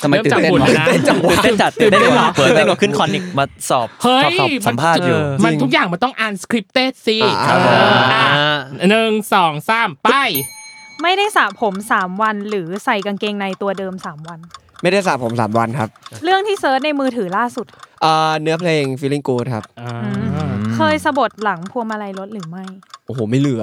E: ทำไม
A: เริ่มจากบุญ
E: ตื่นเต้นวะ
A: นะ
C: ตื่นเต้นจัด
A: ตื่นเต้นเหรอ
C: เปิดได้หรอขึ้นคอนอีกมาสอบ
A: เฮ้ย
C: สอบสัมภาษณ์อยู่
A: มันทุกอย่างมันต้องอ่านสคริปเต็ดสิ
F: อ่าครับผม
A: เอออ่ะหนึ่งสองสามไป
B: ไม่ได้สระผมสามวันหรือใส่กางเกงในตัวเดิมสามวัน
F: ไม่ได้สระผมสามวันครับ
B: เรื่องที่เซิร์ชในมือถือล่าสุด
F: อ่าเนื้อเพลง feeling good ครับ
B: เคยสะบดหลังพวงมาลัยรถหรือไม่
F: โอ้โหไม่เหลือ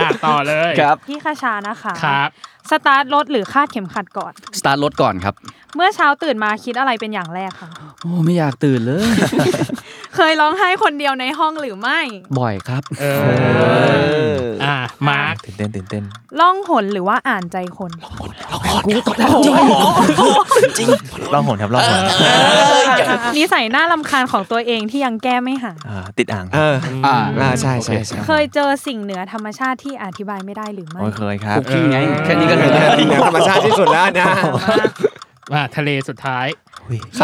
A: อ่ะต่อเลย
E: ครับ
B: พี่คาชานะคะ
E: ครับ
B: สตาร์ทรถหรือคาดเข็มขัดก่อน
E: สตาร์ทรถก่อนครับ
B: เมื่อเช้าตื่นมาคิดอะไรเป็นอย่างแรกคะ
E: โอ้ไม่อยากตื่นเลย
B: เคยร้องไห้คนเดียวในห้องหรือไม่
E: บ่อยครับ
A: เอออ่ะมาร์ค
C: ตื่นเต้นตื่นเต้น
B: ล่องหนหรือว่าอ่านใจคน
A: กูตกแล้ว
C: จริงล่องหนครับล่องหน
B: นิสัยน่าลำคาญของตัวเองที่ยังแก้ไม่หาย
C: อ่าติดอ่าง
F: เอออ่าใช่ใช่ใช่
B: เคยเจอสิ่งเหนือธรรมชาติที่อธิบายไม่ได้หรือไม่
C: โอ้ยเคยครับ
F: คุกกี้ไง
E: แค่นี้ก็เหนือ
F: ธรรมชาติที่สุดแล้วนะ
A: อ่ะทะเลสุดท้าย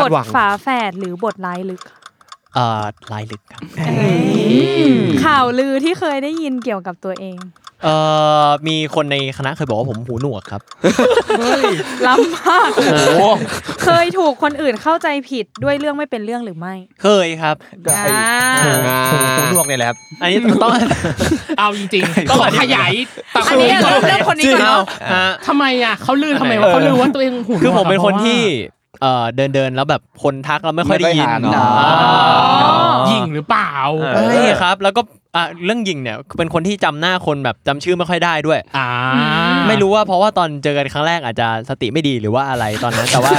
B: บทฝาแฝดหรือบทร้ายลึก
D: เอ่อลายลึกครับ
B: ข่าวลือที่เคยได้ยินเกี่ยวกับตัวเอง
D: เอ่อมีคนในคณะเคยบอกว่าผมหูหนวกครับ
B: ล้ำมาก เคยถูกคนอื่นเข้าใจผิดด้วยเรื่องไม่เป็นเรื่องหรือไม่
D: เคยครับ
B: อ่า
C: หูหนวกเนี่ยแหละครับ
D: อันนี้ต้อง
A: เอาจริงๆต้องขยายตั
D: อันนี้เริ่มเริ่มคนนี้ก่อนเนอะ
A: ทำไมอ่ะเขาลือทำไมวะเขาลือว่าตัวเองหูหนวก
D: คือผมเป็นคน
A: พราะว่า
D: ที่เอ่อเดินเดินๆแล้วแบบคนทักเราไม่ค่อยได้ยิน
E: ไม่ค่อยอ่าน
D: อ๋อ
A: ยิงหรือเปล่า
D: เอ้ยครับ แล้วก็อ่ะเรื่องยิงเนี่ยเป็นคนที่จำหน้าคนแบบจำชื่อไม่ค่อยได้ด้วยไม่รู้ว่าเพราะว่าตอนเจอกันครั้งแรกอาจจะสติไม่ดีหรือว่าอะไรตอนนั้น แต่ว่า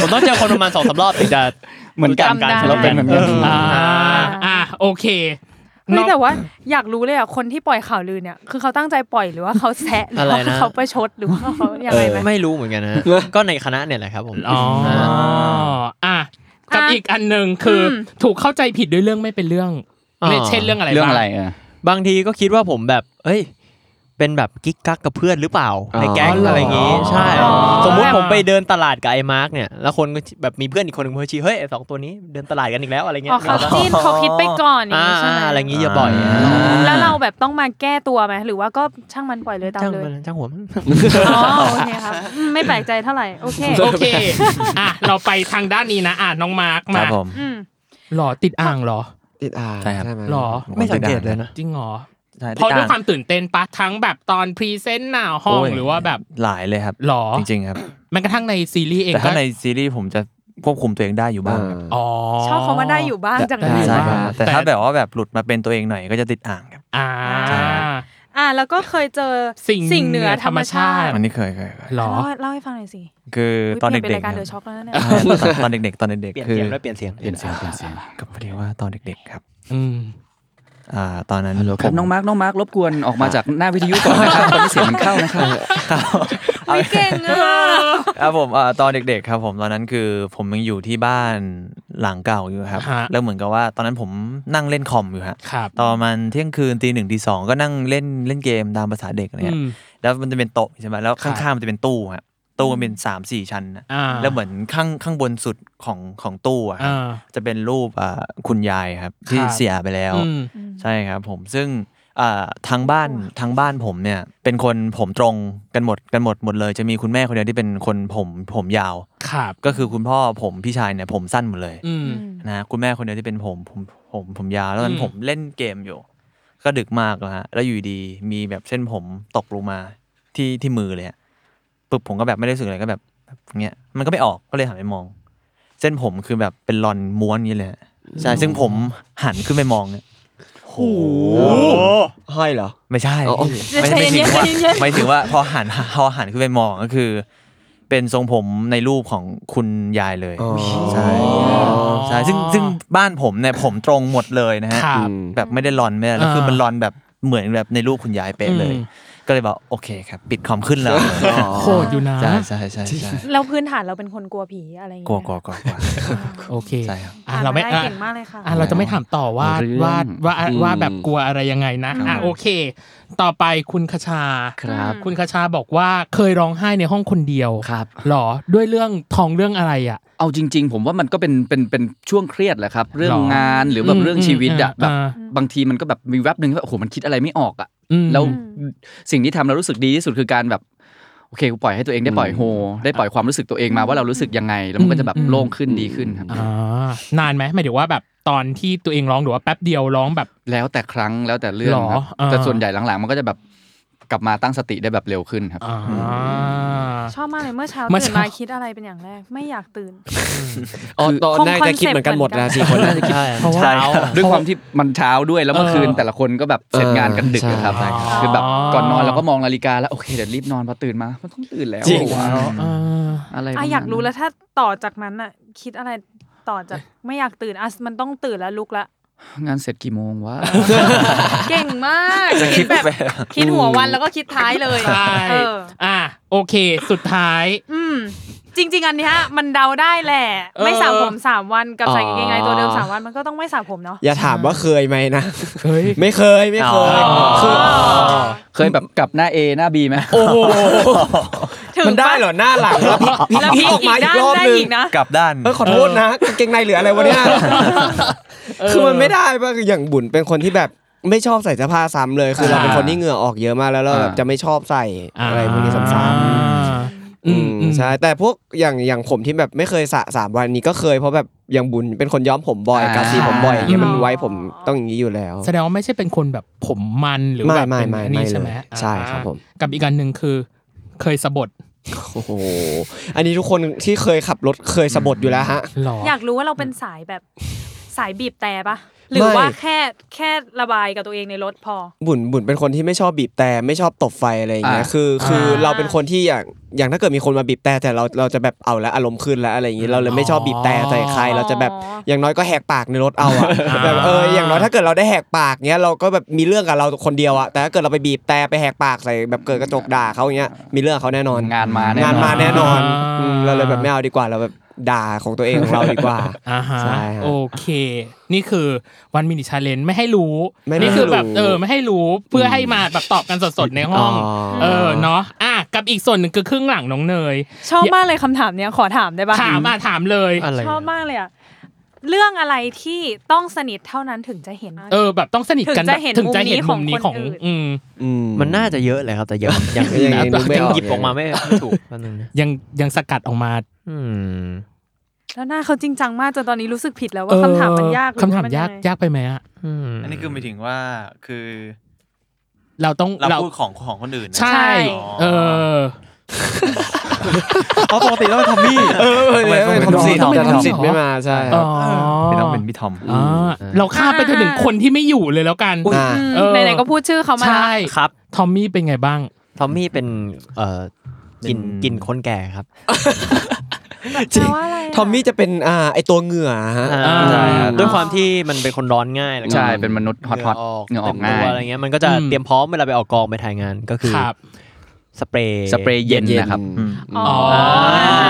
D: ผมต้องเจอคนประมาณสองสามรอบถึงจะ
E: เหมือนกัน
D: รู้จั
E: เราเป็นเหมือนกัน
A: อ่าอ่าโอเค
B: เฮ้ยแต่ว่าอยากรู้เลยอ่ะ คนที่ปล่อยข่าวลือเนี่ย คือเขาตั้งใจปล่อยหรือว่าเขาแซะหรือ
D: อะไร
B: ว่า
D: นะ
B: เขาประชดหรือว่าเขายังไงไหม
D: ไม่รู้เหมือนกันนะ ก็ในคณะเนี่ยแหละครับผม
A: อ๋ออ่ะกับอีกอันหนึ่งคืออ
B: ม
A: ถูกเข้าใจผิดด้วยเรื่องไม่เป็นเรื่องไม่เช่นเรื่องอะไร
E: เรื่อง
A: บ้าง
E: อะไรเออบ
D: างทีก็คิดว่าผมแบบ เอ้ย เป็นแบบกิ๊กกักกับเพื่อนหรือเปล่า ในแก๊งอะไรอย่างงี้ ใช่ สมมุติผมไปเดินตลาดกับไอ้มาร์กเนี่ย แล้วคนก็แบบมีเพื่อนอีกคนหนึ่งเพื่อชี้เฮ้ยไอ้สองตัวนี้เดินตลาดกันอีกแล้วอะไรเงี้
B: อ๋อย เขาจิ้นเขาคิดไปก่อนอย่าง
D: อ่า
B: นี้ใช่ไหม
D: อะไรอย่างงี้อย่าบ่อย
B: แล้วเราแบบต้องมาแก้ตัวไหมหรือว่าก็ช่างมันปล่อยเลยตาม
D: จ้าง
B: เลย
D: มันจ้างหัวมัน
B: อ๋อโอเคครับอืมไม่แปลกใจเท่าไหร่โอเค
A: โอเคอ่ะเราไปทางด้านนี้นะอ่ะน้องมาร์ก
C: ค
A: มา
C: รับผม
B: อืม
A: หรอติดอ่างหรอ
F: ติดอ่าง
C: ใช่ครับ
F: ใช่ไหม
A: หรอ
C: ไม่สังเกตเลยนะ
A: จริงหรอ
C: ใช่
A: เพราะ
C: ติ
A: ด้ว
C: อ่
A: ย
C: ง
A: ความตื่นเต้นปะทั้งแบบตอนพรีเซนต์หน้าห้อง
C: โย
A: หรือว่าแบบ
C: หลายเลยครับ
A: หรอ
C: จริงๆครับ
A: แม้กระทั่งในซีรีส์เอง
C: แต่
A: ก็
C: ถ้าในซีรีส์ผมจะควบคุมตัวเองได้อยู่บ้างครับ
A: อ๋อ
B: ชอบคำว่าได้อยู่บ้างจังเล
A: ได้อ
B: ย
A: ยู่
C: ใช่
A: บ้าง
C: ครับแต่ถ้าแบบว่าแบบหลุดมาเป็นตัวเองหน่อยก็จะติดอ่างครับ
A: อ่า
B: อ่าแล้วก็เคยเจอ
A: สิ่ง
B: สิ่งเหนือธรรมชาติ
C: อันนี้เคยเคยเคย
A: หรอ
B: เล่าเล่าให้ฟังหน่อยสิ
C: คือตอนเด็ก
B: ยปลี่ยป็นราย
C: ๆ
B: การ
C: ค
B: เด
C: รั
B: อะ
C: บ
B: ช็อกแล้วนะเนี่ย
C: อ่าตอนตอนเด็กๆ ตอนเด็ก
D: เปลี่ย
C: ๆ
D: น
C: คือ
D: เสียงด้วยเปลี่ยนเสียง
E: เปลี่ยนเสียงเปลี่ยนเสียง
C: ก็พอดีว่าตอนเด็กๆ ครับ
A: อืม
C: อ่า ตอนนั้น
E: ครับน้องมาร์กน้องมาร์กรบกวนออกมาจากหน้าวิทยุก่อนนะครับตอนที่เสียงมันเข้านะครับ
B: ไม่เก่งอ่ะ
C: ครับผมอ่าตอนเด็กๆ ครับผม ตอนนั้นคือผมยังอยู่ที่บ้านหลังเก่าอยู่ครับ
A: ฮะ
C: แล้วเหมือนกับว่าตอนนั้นผมนั่งเล่นคอมอยู่ฮะ
A: ครับ
C: ตอนประมันเที่ยงคืนตีหนึ่งตีสองก็นั่งเล่นเล่นเกมตามภาษาเด็กอะไร
A: อื
C: เงี้ย
A: ม
C: แล้วมันจะเป็นโต๊ะใช่ไหมแล้ว
A: ครั
C: ข้า
A: บ
C: งๆมันจะเป็นตู้ฮะ ตู้มันเป็นสามสี่ชั้นนะ
A: อ่า
C: แล้วเหมือนข้างข้างบนสุดของของตู้อะครับ
A: อ่า
C: จะเป็นรูปอ่าคุณยายครับที่
A: ครับ
C: เสียไปแล้ว
A: อืม
C: ใช่ครับผมซึ่งอ่าทางบ้านทางบ้านผมเนี่ย เป็นคนผมตรงกันหมดกันหมดหมดเลย จะมีคุณแม่คนเดียวที่เป็นคนผมผมยาว
A: ครับ
C: ก็คือคุณพ่อผมพี่ชายเนี่ยผมสั้นหมดเลย
A: อืม
C: นะฮะคุณแม่คนเดียวที่เป็นผมผมผมผมยาว แล้วตอนนั้
A: อื
C: น
A: ม
C: ผมเล่นเกมอยู่ ก็ดึกมากแล้วฮะแล้วอยู่ดีมีแบบเส้นผมตกลงมาที่ที่มือเลยฮะปึ๊บผมก็แบบไม่ได้รู้สึกอะไรก็แบบแบบเงี้ยมันก็ไม่ออกก็เลยหันไปมอง เส้นผมคือแบบเป็นรอนม้วนอย่างนี้เลยฮะใช่ซึ่งผมหันขึ้นไปมองเนี่ยโห
F: ห้อยเหรอ
C: ไม่ใช่
F: อ๋อ
C: ไม่ใช่ไม่ถึงว่าไม่ถึงว่าพอหันพอหันขึ้นไปมองก็คือ เป็นทรงผมในรูปของคุณยายเลยใช่ใช่ซึ่งซึ่งบ้านผมเนี่ยผมตรงหมดเลยนะฮะ
A: ครับ
C: แบบไม่ได้รอนไม่ได้แล้วคือ
A: เออ
C: มันรอนแบบเหมือนแบบในรูปคุณยายเป๊ะเลย
A: อืม
C: ก็เลยบอกโอเคครับ ปิดคอมขึ้นแล้ว
A: โคตรอยู่นะ
C: ใช่ใช่ใช่ใช่
B: แล้วพื้นฐานเราเป็นคนกลัวผีอะไรอย่าง
C: กลัว
B: เงี้ย
C: กลัวกลัวกลัว
A: โอเค
C: ใช่ครับ
A: อ่ะ
B: อ่ะ
A: เราไม่
B: ด้
A: อ่ะ
B: เก่งมากเลยค่ะ
A: อ่ะเราจะไม่ถามต่อว่า
E: เอาเรื่อง
A: ว่าว่า
E: อืม
A: ว่าแบบกลัวอะไรยังไงนะอ่ะโอเค ต่อไปคุณคชา
E: ครับ
A: คุณคชาบอกว่าเคยร้องไห้ในห้องคนเดียว
E: ครับ
A: หรอด้วยเรื่องทองเรื่องอะไรอ่ะ
E: เอาจริง ๆ ผมว่ามันก็เป็นเป็นเป็นช่วงเครียดแหละครับ เรื่อง
A: หรอง
E: านหรือแบบ
A: อืม
E: เรื่องชีวิตอะ
A: อืม
E: แบบ
A: อ่า
E: บางทีมันก็แบบมีแวบหนึ่งที่แบบโอ้โหมันคิดอะไรไม่ออกอะ
A: อืม
E: แล้วสิ่งที่ทำแล้วรู้สึกดีที่สุดคือการแบบโอเคกูปล่อยให้ตัวเองได้ปล่อยโฮ ได้ปล่อยความรู้สึกตัวเองมาว่าเรารู้สึกยังไง แล้วมันก็จะแบบโล่งขึ้นดีขึ้นครับ
A: อ่านานไหมหมายถึงว่าแบบตอนที่ตัวเองร้องหรือว่าแป๊บเดียวร้องแบบ
E: แล้วแต่ครั้งแล้วแต่เรื่อง
A: หรอ
E: ครับ
A: อ่า
E: แต่ส่วนใหญ่หลังๆ มันก็จะแบบ กลับมาตั้งสติได้แบบเร็วขึ้นครับ
B: ชอบมากเลยเมื่อเช้า
E: เมื่อ
B: ตื่น
E: เช้า
B: มาคิดอะไรเป็นอย่างแรก ไม่อยากตื่น
F: อ๋อตอน
B: คง
F: แรกจะคิดเหมือนกันหมดนะ
B: คอนเซ็ปต์เห
F: สี่คน
B: มือนกัน
F: น่าจะคิด
E: เพราะว่าด้วยความที่มันเช้าด้วยแล้วเมื่อคืนแต่ละคนก็แบบเสร็จงานกันดึกนะครับคือแบบก่อนนอนเราก็มองนาฬิกาแล้วโอเคเดี๋ยวรีบนอนพอตื่นมามันต้องตื่นแล้ว
F: จริง
E: ว้าวอะไร
B: อ่ะอยากรู้แล้วถ้าต่อจากนั้นอ่ะ คิดอะไรต่อจากไม่อยากตื่นอ่ะมันต้องตื่นแล้วลุกละ
E: งานเสร็จกี่โมงวะ
B: เก่งมาก
E: จะคิ
B: คิ
E: ด
B: ดแบบ
E: ไป
B: คิดหัววันแล้วก็คิดท้ายเลย
A: ใช่
B: เออ
A: อ่ะโอเค สุดท้าย
B: อืม จริง ๆ อันเนี้ยมันเดาได้แหละ
A: เออ
B: ไม่สระผมสามวันกับ
F: อ๋อ
B: ใส่กางเกงในตัวเดิมสามวันมันก็ต้องไม่สระผมเนาะ
F: อย่าถามว่าเคยไหมนะไม่เคยไม่เคยคือ
E: เคยแบบกลับหน้า A หน้า B ไหม
F: โอ้โหมันได้เหรอหน้าหลังแล้วพี่พี่
B: แล้ว
F: พี่ออกมา
B: ด้
F: อีกรอบนึง
B: อีกนะ
C: กลับด้าน
F: เออขอโทษนะกางเกงในเหลืออะไรวะเนี่ยคือมันไม่ได้ป่ะคืออย่างบุญเป็นคนที่แบบไม่ชอบใส่เสื้อผ้าซ้ำเลยคือเราเป็นคนที่เหงื่อออกเยอะมากแล้วเราแบบจะไม่ชอบใส่อะไรพวกนี้ซ้ำๆ อืมใช่แต่พวกอย่างอย่างผมที่แบบไม่เคยสระสามวันนี้ก็เคยเพราะแบบอย่างบุญเป็นคนย้อมผมบ่อย
E: อ่า
F: กาซีผมบ่อยอย่างเงี้ย
A: อืม
F: มันไว้ผมต้องอย่างนี้อยู่แล้ว
A: แสดงว่าไม่ใช่เป็นคนแบบผมมันหรือ
F: ไม่
A: แบบ
F: ไม่
A: เป็น
F: ไม่
A: อันนี้
F: ไม่
A: ใช่ไหม
F: เลย
A: อ่า
F: ใช่ครับผม
A: กับอีกอันหนึ่งคือเคยสะบด
F: โอ้โหอันนี้ทุกคนที่เคยขับรถเคยสะบดอยู่แล้วฮะ
A: หรอ
B: อยากรู้ว่าเราเป็นสายแบบสายบีบแต่ปะหรือว่า
F: ไม่
B: แค่แค่ระบายกับตัวเองในรถพอ
F: บุญบุญเป็นคนที่ไม่ชอบบีบแต่ไม่ชอบตบไฟอะไรอย่างเงี้ย
E: อ่า
F: คือคืออา เราเป็นคนที่อย่างอย่างถ้าเกิดมีคนมาบีบแต่แต่เราเราจะแบบเอาแล้วอารมณ์ขึ้นแล้วอะไรอย่างงี้เราเลยไม่ชอบบีบแต่ใส่ใคร เราจะแบบอย่างน้อยก็แหกปากในรถเอาอะแบบเอออย่างน้อยถ้าเกิดเราได้แหกปากเงี้ยเราก็แบบมีเรื่องกับเราคนเดียวอะแต่ถ้าเกิดเราไปบีบแต่ไปแหกปากใส่แบบเกิดกระจกด่าเขาอย่างเงี้ยมีเรื่องกับเขาแน่นอน
E: งานมาแน่น
F: งา
E: อนน
F: มาแน่นอนอืมเราเลยแบบไม่เอาดีกว่าเราแบบด่าของตัวเองของเราดีกว่า
A: อ่าฮะ
F: ใช่ฮะ
A: โอเค นี่คือวันมินิชาเลนไม่ให้รู้
F: ไม่ให้รู้
A: นี่คืแบบเออไม่ให้รู้เพื่อให้มาแบบตอบกันสดๆในห้อง
F: อ๋อ
A: เออเนาะอ่ะกับอีกส่วนหนึ่งคือครึ่งหลังน้องเนย
B: ชอบมากเลยคำถามเนี้ยขอถามได้ปะ
A: ถามอ่ะถามเลย
B: ชอบมากเลยอะเรื่องอะไรที่ต้องสนิทเท่านั้นถึงจะเห็น
A: เออแบบต้องสนิทกันแบบ
B: ถึ
A: ถึง
B: ง
A: จะ
B: จะเห็
A: เห็น
B: น
A: มุมนี้ข
B: มุ
A: อง
B: มนี้ของคนอื่น
A: อืม
F: อื
D: มันน่าจะเยอะเลยครับแต่เยอะอย่าง
F: ยัง
D: นะ
F: นึกไม่
D: ยัง
F: ออก
D: หยิบออกมาไม่ไม่ถูกอันนึงนะ
A: ยังยังสกัดออกมา
D: อืม
B: แล้วหน้าเขาจริงจังมากจนตอนนี้รู้สึกผิดแล้วว่า
A: เออ
B: คำถามมันยากหรือ
A: คำถาม
B: นง
A: ยาก
B: ไง
A: ยากไปไหมอะ
C: อันนี้คือหมายถึงว่าคือ
A: เราต้อง
C: เรา
A: เรา
C: พูดของของคนอื่นนะ
A: ใช่
B: ใช่
A: เออ
D: เอาปกติเราทอมมี่
F: เออเออเออ
C: ทำไม
F: ทอมสิทธิ์
C: ทำไม
F: ทอมสิท
C: ทำไม
F: ธิ์ไม่มาใช่
A: อ๋อ
C: ไม่ต้องเป็นพี่ทอม
A: อ่าเราข้ามไปจนถึงคนที่ไม่อยู่เลยแล้วกัน
F: อ่า
B: อืม
A: เออ
B: ไหนๆก็พูดชื่อเขามา
A: ใช่
D: ครับ
A: ทอมมี่เป็นไงบ้าง
D: ทอมมี่เป็นเอ่อกินกินคนแก่ครับ
B: แปลว่าอะไระ
F: ทอมมี่จะเป็นอ่าไอตัวเหงื่อฮะ
D: อ่า
A: ใช่
F: ครับ
D: ด้วยความที่มันเป็นคนร้อนง่ายแล้วก็
E: ใช่เป็นมนุษย์ฮอตฮอต
D: เห
E: เหงื่
D: งื่
E: อ
D: อออ
E: ออ
D: ก
E: ก
D: เต็มตั
E: ง่ายว
D: อะไรเงี้ยมันก็จะ
A: อืม
D: เตรียมพร้อมเวลาไปออกกองไปถ่ายงานก็คือ
A: ครับ
D: สเปรย์
E: สเปรย์เย็นนะครับ
B: อ๋อ
A: อ๋อ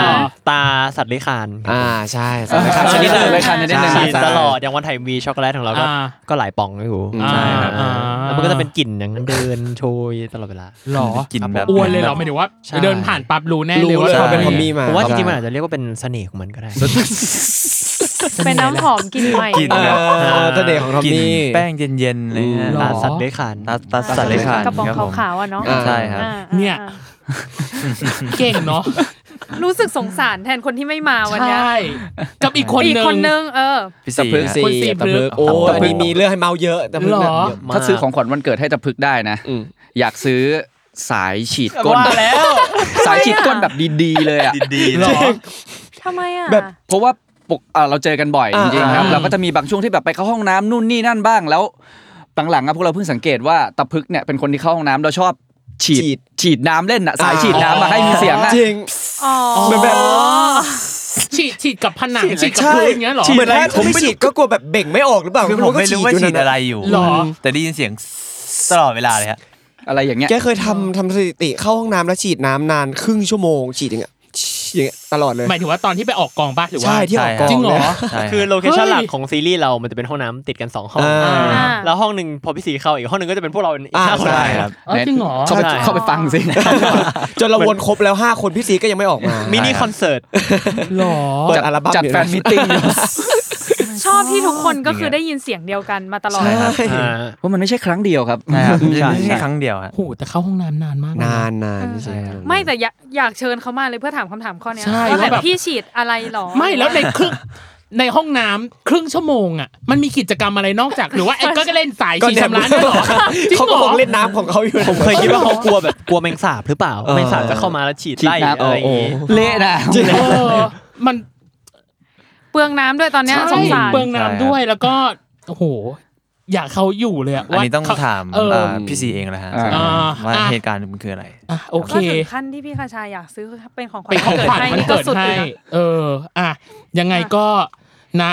B: อ
D: ตาสัตว์เลื้อยคลาน
F: อ่าใช่
E: เออครับชนิดหนึ่งเลยครับชนิดหนึ่ง
F: ใช่
D: ฉีด
F: ใช่
D: ตลอดอย่างวันไทยวีช็อกโกแลตของเราก็
A: อ่า
D: ก็หลายปองนะอยู่
F: ใช่ครับ
D: อ่าแล้วมันก็จะเป็นกลิ่นอย่างนั้นเดินโชยตลอดเวลา
A: หรอ
C: กินแบบ
A: อ้วนเลยเหรอหมายถึงว่า
D: ใช่
A: เดินผ่านปั๊บรู้แน่เลยว่า
F: รู้เลย
A: เขา
F: ว่าเป็
A: เป็นค
F: นทอน ม
A: มี
F: มี่มา
D: ผมว่าจริงๆมัน
F: คบ
D: อาจจะเรียกว่าเป็นเสน่ห์ของมันก็ได้
B: เป็นน้ำหอมกินใหม่
C: กิน
F: เอ
C: แบบ
F: อเสน่ห์ของทอม
C: กิน
F: มี่
C: แป้งเย็นๆอะไรเงี้ย
A: หรอ
D: ตาสัตว์เลื้อยคลาน
C: ตาตาสัตว์เลื้อยคลาน
B: กระป๋อง
C: คบผม
B: ขาวๆอ่ะเนาะ
F: อ่า
C: ใช่ครับ
B: อ่า
A: เนี่ย
B: อ่า
A: เก่งเนาะ
B: รู้สึกสงสารแทนคนที่ไม่มาวันเนี้ย
A: ใช่กับอีกคน
B: อีก
A: หนึ่ง
B: คนนึงเออ
C: พี่
F: ตะ
C: สี่
F: พรึกสี
A: คนสี่
F: ตะพ
A: พ
F: รึก
A: รึก
F: โอ้
C: ตะ
F: อัน
C: พรึก
F: นี้มีเรื่องให้เมาเยอะตะพรึก
A: หรอ
F: เนี่ยเยอะมก
E: ถ้าซื้อของขวัญวันเกิดให้ตะพึกได้นะ อยากซื้อสายฉีดก้นสายฉีดก้นแบบดีๆ เลยอ่ะ
C: ดีๆ
A: หร
C: เล
A: อย
B: ทำไมอ่ะ
F: แบบ
E: เพราะว่าปกอ่าเราเจอกันบ่อยจ
F: อ่า
E: ริงๆครับ
A: อ่า
E: เราก็จะมีบางช่วงที่แบบไปเข้าห้องน้ำนู่นนี่นั่นบ้างแล้วหลังๆอะพวกเราเพิ่งสังเกตว่าตะพึกเนี่ยเป็นคนที่เข้าห้องน้ำเราชอบฉี
F: ฉีด
E: ดฉีดน้ำเล่นอ่ะสายฉีดน้ำมาให้มีเสียงอะ
F: จริง
B: อ๋อ
F: เหมือนแบบ
A: ฉีดฉีดกับผนังฉีดกับ
F: ใช่
A: พื้นอย่างเงี้ยเหรอ
F: เหมือนถ้าผมไม่ฉีดก็กลัวแบบเบ่งไม่ออกหรือเปล่า
C: คือผมไม่รู้ว่าฉีดอะไรอยู่
A: หรอ
C: แต่ได้ยินเสียงตลอดเวลาเลยฮะ
E: อะไรอย่างเงี้ย
F: แกเคยทำทำสถิติเข้าห้องน้ำแล้วฉีดน้ำนานครึ่งชั่วโมง ฉีดอย่างเงี้ยอย่างเงี้ยตลอดเลย
A: หมายถึงว่าตอนที่ไปออกกองบ้านหรือว่า
F: ใช่ที่ออกกอง
A: จริงเหรอ
F: นี่ย
C: ใช่
D: คือโลเคชั่น
A: เฮ้ย
D: หลักของซีรีส์เรามันจะเป็นห้องน้ำติดกันสองห้อง
F: อ่า
B: อ่า
D: แล้วห้องหนึ่งพอพี่สีเข้าอีกห้องหนึ่งก็จะเป็นพวกเราอีก
F: อ่า
D: ห้าคน
F: ใช่
C: ค
F: ค
C: รั
F: รับ บ
A: อ๋อจริงเหรอ
E: เข้าไป
D: ใช่
E: เข้าไปฟังสิ
F: จนเราวนครบแล้ว 5 คนพี่สีก็ยังไม่ออกมา
D: มิ
F: มิ
D: นิคอนเสิร์ต
A: หรอ
F: เปิดอัลบั้ม
E: จัด
F: อยู่ะ
E: แฟนมิทติ้งอยู่
B: ชอบที่ทุกคนก็คือได้ยินเสียงเดียวกันมาตลอด
F: ใช่ครับ
E: เพราะมันไม่ใช่ครั้งเดียวครับ
C: นะครับไม่ใช่ครั้งเดียวฮะ
A: โหแต่เข้าห้องน้ำนานมากเลยะ
F: นานนาน
B: เออ
F: ใช่ครับ
B: ไม่แต่อยากอยากเชิญเขามาเลยเพื่อถามคำถามข้อเนี้ย
A: ใช่
B: ว่า
A: ว่าแบบ
B: พี่ฉีดอะไรหรอ
A: ไม่แล้วในครึ่ง ในห้องน้ำครึ่งชั่วโมงอ่ะมันมีกิจกรรมอะไรนอกจากหรือว่าไอ้ก็เล่นสายชีชำระนี่หรอจริง
F: เขา
A: หร
F: ก็
A: อ
F: คงเล่นน้ำของเขาอยู่
D: ผมเคยคิดว่าเขากลัวแบบกลัวแมงสาบหรือเปล่าแมงสาบจะเข้ามาแล้วฉีดไล่
E: น้ำ
D: อะไรอย่างงี้
E: โอ้โหเละนะ
A: เออมัน
B: เปลืองน้ำด้วยตอนเนี้ย
A: ใช่
B: สงสาร
A: เปลืองน้ำด้วยแล้วก็โอ้โหอยากเขาอยู่เลยอะ
C: อันนี้ต้อง
A: ว่เข
C: ถาม
A: เออ
C: เอ่อพี่ซีเองแล้วฮะ
E: อ่า
C: ว่า
A: อ่ะ
C: เหตุการณ์มันคืออะไร
A: อ่ะโอเค
B: ก็ถึงขั้นที่พี่คาชาอยากซื้อเป็นของขวัญ
A: เป็นของขวัญมัน
B: นี่
A: เกิดให้
B: อยู่นะ
A: เออ อ่ะ ยังไงก็นะ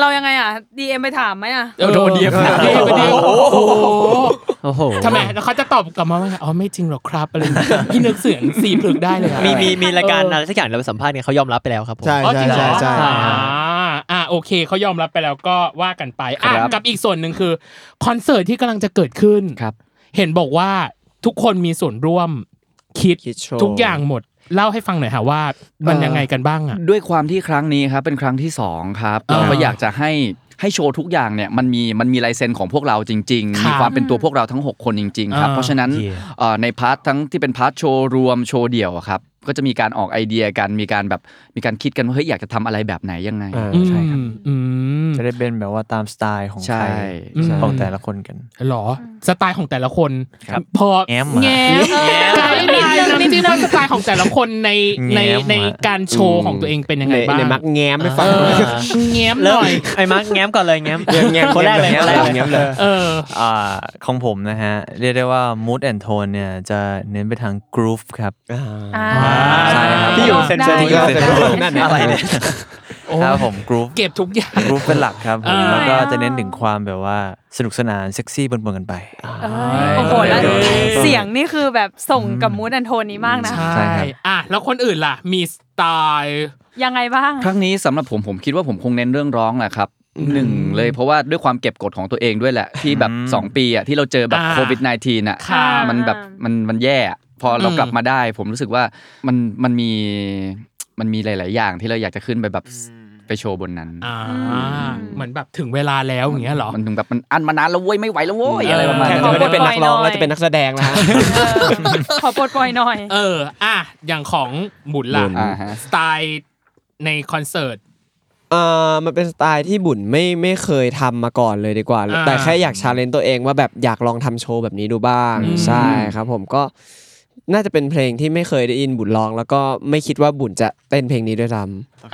B: เรายังไงอ่ะดีเอ็มไปถามไหมอ่ะ
A: เออโดนเดียบเดียบเดียบโอ้โห
D: โอ้โห
A: ทำไมแล้วเขาจะตอบกลับมาว่าไงอ๋อไม่จริงหรอกครับอะไรอย่างเงี้ยพี่นึกเสียงสีพลึกได้เลยอะ
D: มีมีมีรายการอะไรสักอย่างเราไปสัมภาษณ์เนี่ยเขายอมรับไปแล้วครับผม
F: ใช่
A: อ๋อจริ
F: ใช่
A: งเหร
F: ใช่
A: อ
F: ใช่
A: อ่าอ่ะโอเคเขายอมรับไปแล้วก็ว่ากันไปอ่ะ
E: ครับ
A: กับอีกส่วนหนึ่งคือคอนเสิร์ตที่กำลังจะเกิดขึ้น
E: ครับ
A: เห็นบอกว่าทุกคนมีส่วนร่วมคิด
F: คิดโชว์
A: ทุกอย่างหมด เล่าให้ฟังหน่อยฮะว่ามันยังไงกันบ้างอ่ะ
E: ด้วยความที่ครั้งนี้ครับเป็นครั้งที่สองครับ
A: อ่า
E: เราก็อยากจะให้ให้โชว์ทุกอย่างเนี่ยมันมีมันมีลายเซ็นของพวกเราจริง
A: ครับ
E: ๆมีความเป็นตัวพวกเราทั้ง 6 คนจริง ๆ ครับ
A: อ่า
E: เพราะฉะนั้น
D: เยี่ยม
E: เอ่อในพาร์ททั้งที่เป็นพาร์ทโชว์รวมโชว์เดี่ยวอะครับก็จะมีการออกไอเดียกันมีการแบบมีการคิดกันว่าเฮ้ยอยากจะทำอะไรแบบไหนยังไง
F: อ่า
E: ใช่ครับ
A: อืมอืม
C: จะได้เป็นแบบว่าตามสไตล์ของ
E: ใช่
C: ใคร
A: อืม
C: ของแต่ละคนกัน
A: หรอสไตล์ของแต่ละคน
C: ครับ
A: พอ
C: แง้มเหรอ
A: แง้มไกด์ไลน์นะจริงๆว่าสไตล์ของแต่ละคนในใน
C: แง้มเหรอ
A: ในการโชว์ของตัวเองเป็นยังไง
F: ใน
A: บ้าง
F: ในมักแง้มไม่ฟั
A: เอง อแง้มห
D: เริ่ม
A: น่อย
D: ไอ้มาร์กแง้มก่อนเลยแง้ม
F: แง้ม
D: คนแรกเลย
F: แง้ม
D: คนแรก
F: แง้ม
D: เล
F: เลย ย
A: เออ
C: อ่าของผมนะฮะ เรียกได้ว่า mood and tone เนี่ย จะเน้นไปทาง groove ครับ
B: อ่า
C: ใช่ครับ
B: พี่อยู่เซ็นเซอร์
F: ที่ก็เป็นนั่นอะไรเนี่ย
A: โอ้
C: ครับผม groove
A: เก็บทุกอย่าง
C: groove เป็นหลักครับผ
A: อ่า
C: มแล้วก็จะเน้นถึงความแบบว่าสนุกสนานเซ็กซี่ปนๆกันไป
B: โอ้โหแล้ว
C: เออ
B: เสียงนี่คือแบบส่งกับมูดแอนโทนนี้มากนะ
C: ใช่
A: ใช่
C: ครับ
A: อ่ะแล้วคนอื่นล่ะ มีสไตล์
B: ยังไงบ้าง
E: ครั้งนี้สำหรับผมผมคิดว่าผมคงเน้นเรื่องร้องแหละครับหนึ่งเลยเพราะว่าด้วยความเก็บกดของตัวเองด้วยแหละ ที่แบบ 2 ปีอ่ะที่เราเจอแบบโควิด -19 อ่ะ
A: ค่ะ
B: อ่ามั
E: มันแบบมันมันแย่อะพอเรา
A: อืม
E: กลับมาได้ ผมรู้สึกว่ามันมันมีมันมีหลาย ๆ อย่างที่เราอยากจะขึ้นไปแบบไปโชว์บนนั้น
A: ่า เหมือนแบบถึงเวลาแล้วอย่างเงี้ยเหรอ
E: มันถึงแบบมันอันมานานแล้วเว้ยไม่ไหวแล้วเว้ยอะไรประมาณ
F: แค่
E: นั้น
F: จะไม่ได้
B: ขอป
F: เป็น
B: ลดปล่อย
F: นักร้อง
B: หน่อย
F: แล้วจะเป็นนักแสดงแล้ว ฮะ
B: เออขอปลดปล่อยหน่อย
A: เออ อ่ะ อย่างของบุญล่ะ
F: บุญ
E: อ่าฮะ
A: สไตล์ในคอนเสิร์ต
F: เออมันเป็นสไตล์ที่บุญไม่ไม่เคยทำมาก่อนเลยดีกว่า
A: อ่า
F: แต่แค่อยากชาเลนจ์ตัวเองว่าแบบอยากลองทำโชว์แบบนี้ดูบ้าง
A: อืม
F: ใช่ครับผมก็น่าจะเป็นเพลงที่ไม่เคยได้ยินบุญร้อง แล้วก็ไม่คิดว่าบุญจะเต้นเพลงนี้ด้วยซ้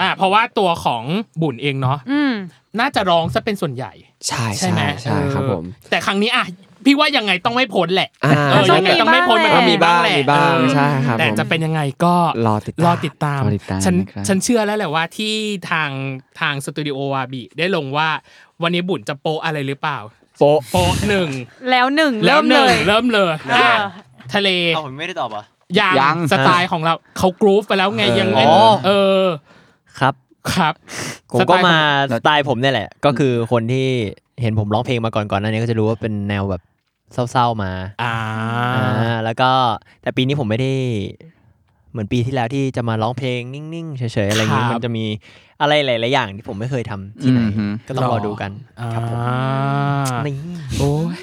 A: อ่ะเพราะว่าตัวของบุญเองเนาะ
B: อืม
A: น่าจะร้องซะเป็นส่วนใหญ่
F: ำใช่
A: ใช่ไหม
F: ใช่ใช่ครับผม
A: เออแต่ครั้งนี้อ่ะพี่ว่ายังไงต้องไม่พ้นแหละ
F: อ่า
A: เออยังไงต้องไม่พ้น
B: มั
A: มันน
B: ก็
A: ก็
B: มี
A: มี
F: บ้า
A: บ้าง งแหละ
F: มีบ้าง
A: เออ
F: ใช่ครับ
A: แต่
F: ผม
A: จะเป็นยังไงก็
F: รอติดตาม
A: รอติดตาม
E: รอติดตาม
A: ฉัน
E: นะครับ
A: ฉันเชื่อแล้วแหละว่าที่ทางทางสตูดิโอวาบีได้ลงว่าวันนี้บุญจะโปะอะไรหรือเปล่า
F: โป๊ะ
A: โปะหนึ่ง
B: แล้วหนึ่งเริ่มเลย
A: เริ่มเลย
B: เอออ่
A: ะทะเล
D: เอาผมไม่ได้ตอบอ่ะ
A: ยาง
E: ยัง
A: สไตล์ของเราเขากรูฟไปแล้วไงยังไง
E: อ๋อ
A: เออ
D: ครับ
A: ครับ
D: ผมก็มา
E: สไต
D: สไต
E: ล์ของ
D: ล์ผมเนี่ยแหละ ก็คือคนที่เห็นผมร้องเพลงมาก่อนก่อนหนั้นนี้ก็จะรู้ว่าเป็นแนวแบบเศร้าๆมา
A: อ่า
D: อ่าแล้วก็แต่ปีนี้ผมไม่ได้ เหมือนปีที่แล้วที่จะมาร้องเพลงนิ่งๆเฉยๆอะไรอย่างนี้
A: ครับ
D: มันจะมีอะไรหลายๆอย่างที่ผมไม่เคยทำที่ไหน
E: อือฮึ
D: ก็ต้องรอดูกันครับผม
A: อ่า
D: นี่
A: โอ้ย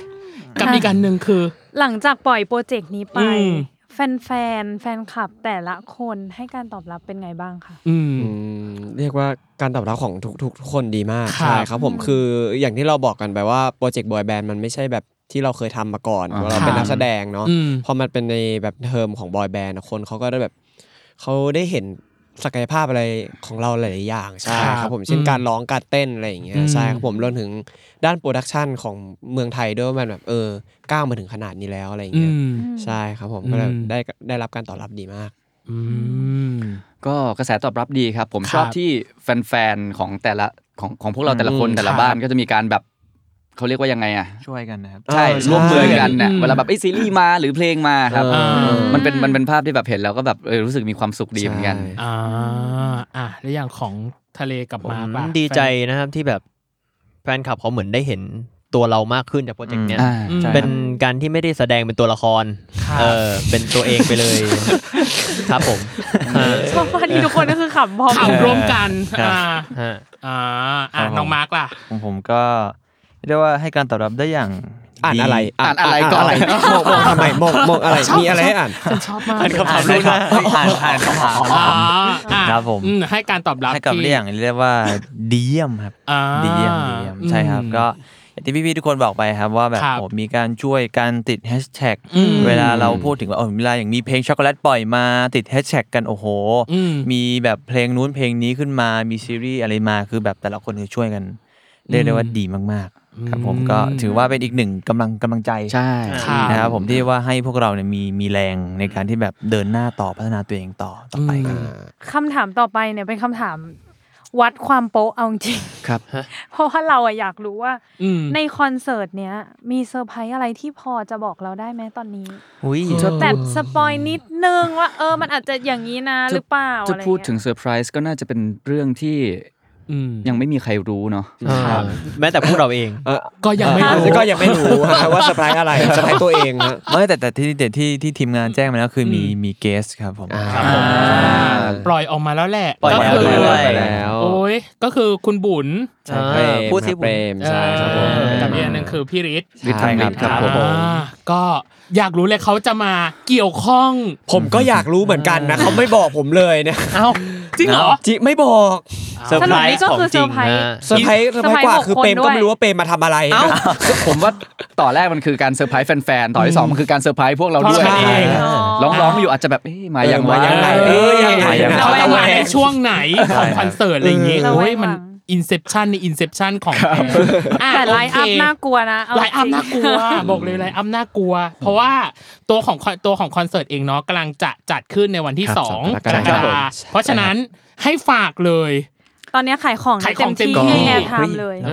A: กับอีกอันหนึ่งคือ
B: หลังจากปล่อยโปรเจกต์นี้ไป
A: อืม
B: แฟนแฟนๆแฟนคลับแต่ละคนให้การตอบรับเป็นไงบ้างคะ
A: อืม
F: อืมเรียกว่าการตอบรับของทุกทุกทุกคนดีมาก
A: ครับ
F: ใช่ครับผมคืออย่างที่เราบอกกันไปว่าโปรเจกต์บอยแบนด์มันไม่ใช่แบบที่เราเคยทำมาก่อน
E: อ่า
F: ว่าเราเป็น
A: ครับ
F: นักแสดงเนาะ
A: อืม
F: พอมันเป็นในแบบเทอมของบอยแบนด์อะคนเขาก็ได้แบบเขาได้เห็นศักยภาพอะไรของเราหลายๆอย่างใช่
A: ครับ
F: ครับผมเช่นการร้องการเต้นอะไรอย่างเงี้
A: อื
F: ย
A: ม
F: ใช่ครับผมรวมถึงด้านโปรดักชันของเมืองไทยด้วยว่ามันแบบเออก้าวมาถึงขนาดนี้แล้วอะไรอย่าง
A: อื
F: เงี้ย
A: ม
F: ใช่ครับผมก็เลย
A: อืม
F: ได้ได้รับการตอบรับดีมาก
A: อืม
E: ก็กระแสตอบรับดีครับ ผมชอบ
A: ครับ
E: ที่แฟนๆของแต่ละของของพวกเราแต่ละคน
F: อืม
E: แต่
A: ค
E: ละ
A: รับ
E: บ้านก็จะมีการแบบเขาเรียกว่ายังไงอ่ะ
C: ช่วยกันนะครับ
E: ใช่
F: เออใช่
E: ร่วมมือกันเนี่ย
A: อืม
E: เวลาแบบไอยซีรีส์มาหรือเพลงมาครับ
F: เอ
A: า
F: อ
A: มั
E: มันเป็นมันเป็นภาพที่แบบเห็นแล้วก็แบบเออรู้สึกมีความสุขดีเหมือนกัน
F: ใช่
A: อ่าอ่ะแล้วอย่างของทะเลกลับ
D: ผม
A: มาป่ะ
D: ดีใจนะครับที่แบบแฟนคลับเขาเหมือนได้เห็นตัวเรามากขึ้นจากโปรเจกต์เนี้ย
E: อ่า
A: อืม
E: ใช่
D: เป็นการที่ไม่ได้แสดงเป็นตัวละคร
A: ครับ
D: เออ เป็นตัวเองไปเลย ครับผม
B: ชอบว่านี่ทุกคนก็คือขำพร้อม
A: ข่าวร่วมกัน
D: ครับ
A: อ่า
D: ฮะ
A: อ่า
C: ครั
A: อ่ะ
C: บผม
A: น้องมาร์กล่ะ
C: ของผมก็เรียกได้ว่าให้การตอบรับได้อย่าง
F: อ่านอะไร
E: อ่านอะไรก่อน
F: มองมองทำไมมองมองอะไร
A: ชบ
F: มีอะไรให้อ่าน
A: ฉันชอบมาก
C: อ่านคำถาม
A: เลย
C: ลูกนะอ่านอ่านคำถาม
A: อ๋ออ่ะ
C: ครับผม
A: อืให้การตอบรับ
C: ให้กับ
A: ที่
C: เรื่องอย่างเรียกว่าดีเยี่ยมครับ
A: อ่า
C: ดีเยี่ยมดีเยี่ยมใช่ครับ
A: อืม
C: ก็อย่างที่พี่ๆทุกคนบอกไปครับว่าแบบ
A: ครับ
C: โอ้มีการช่วยการติดแฮชแท็ก
A: อืม
C: เวลาเราพูดถึงว่าโอ้เวลาอย่างมีเพลงช็อกโกแลตปล่อยมาติดแฮชแท็กกันโอ้โห
A: อืม
C: มีแบบเพลงนู้นเพลงนี้ขึ้นมามีซีรีส์อะไรมาคือแบบแต่ละคนคือช่วยกันเรียกได้ว่าดีมากๆ ครับผม
A: อืม
C: ก็ถือว่าเป็นอีกหนึ่งกำลังกำลังใจ
E: ใช่
A: ครับ
C: นะครับผมที่ว่าให้พวกเราเนี่ยมีมีแรงในการที่แบบเดินหน้าต่อพัฒนาตัวเองต่อต่อไปกัน
B: คำถามต่อไปเนี่ยเป็นคำถาม วัดความโป๊ะเอาจริง
E: ครับ
B: เพราะว่าเราอะอยากรู้ว่า
A: อืม
B: ในคอนเสิร์ตเนี้ย มีเซอร์ไพรส์อะไรที่พอจะบอกเราได้ไหมตอนนี้
C: อุ้ย
B: แบบสปอยนิดนึงว่า เออมันอาจจะอย่างนี้นะหรือเปล่า
E: จะ
B: อะไร
E: พูด
B: เงี้ย
E: ถึงเซอร์ไพรส์ก็น่าจะเป็นเรื่องที่
A: อืม
E: ยังไม่มีใครรู้เนาะ
D: ครับแม้แต่พวกเราเอง
A: ก็ยังไม่รู้
F: ก็ยังไม่รู้ฮะว่าเซอร์ไพรส์อะไรเซอร์ไพรส์ตัวเองฮะ
C: ไม่แต่แต่ที่แต่ที่ที่ทีมงานแจ้งมาแล้วคือมีมีเกสครับผม
F: ครับ
A: อ่าปล่อยออกมาแล้วแหละ
D: ปล่อย
A: ก็
D: แล้ว
A: คือ
D: ด้วย
F: แล้ว
A: โอ้ยก็คือคุณบุญ
F: ใช่เปรม
D: พูดสิ
F: ครับเปรมใช่ครับผม
A: เออกับอีกอันหนึงคือพี่ฤทธิ์
E: ริทธิ์ทำ
F: ใช่
E: ริทธิ์ครับผม
A: อ่าก็อยากรู้เลยเขาจะมาเกี่ยวข้อง
F: ผมก็อยากรู้เหมือนกันนะเขาไม่บอกผมเลยนะ
A: เอ้าจริงเหรอ
F: จิไม่บอก
D: เซอร์
B: ส
D: ไพ
B: รุ
D: ร
B: ปนี้
D: ส์
B: ก็
D: ของ
B: คือ
D: จ
B: เซอ
D: ริง
B: ร์ไพร
D: นะ
B: ส์
F: เซอร์ไพรส์เซอร์ไพรส์กว่า
B: เซอร์ไพรส์
F: คือเปรม
B: บอกคนด้วย
F: ก็ไม่รู้ว่าเปรมมาทำอะไรนะ
E: ผมว่าต่อแรกมันคือการเซอร์ไพรส์แฟนๆ ต่อที่สองมันคือการเซอร์ไพรส์พวกเราด้วย
A: ใช่
E: ร้องร้องๆอยู่อาจจะแบบเอ๊ะมาอย่างวะ
F: มายังไงเออยังไง
E: มายังไง
A: เขาจะมาในช่วงไหนของคอนเสิร์ตอะไรอย่างงี้
B: เราไว้
A: โอ้ยมัน
B: หวัง
A: อินเซ t ชันในอินเซ t ชันของอ่ะ
B: แต่ไลน์อัพ
A: โเค
B: น่ากลัวนะเ
A: ไลน์อัพ
B: จริง
A: น่ากลัว บอกเลยไลน์อัพน่ากลัว เพราะว่าตัวของคอนตัวของคอนเสิร์ตเองเนาะกำลังจะจัดขึ้นในวันที่
F: ครับ
A: สอง
F: สอง
A: กร
F: กร
A: ก
F: กฎาคม
A: ฎาคมเพราะฉะนั้นให้ฝากเลย
B: ตอนเนี้ยขายของ
A: ขายของเต็
B: เต็
A: ม
B: ม
A: ที่
B: ที่แอร์ไทม์เลย
A: เอ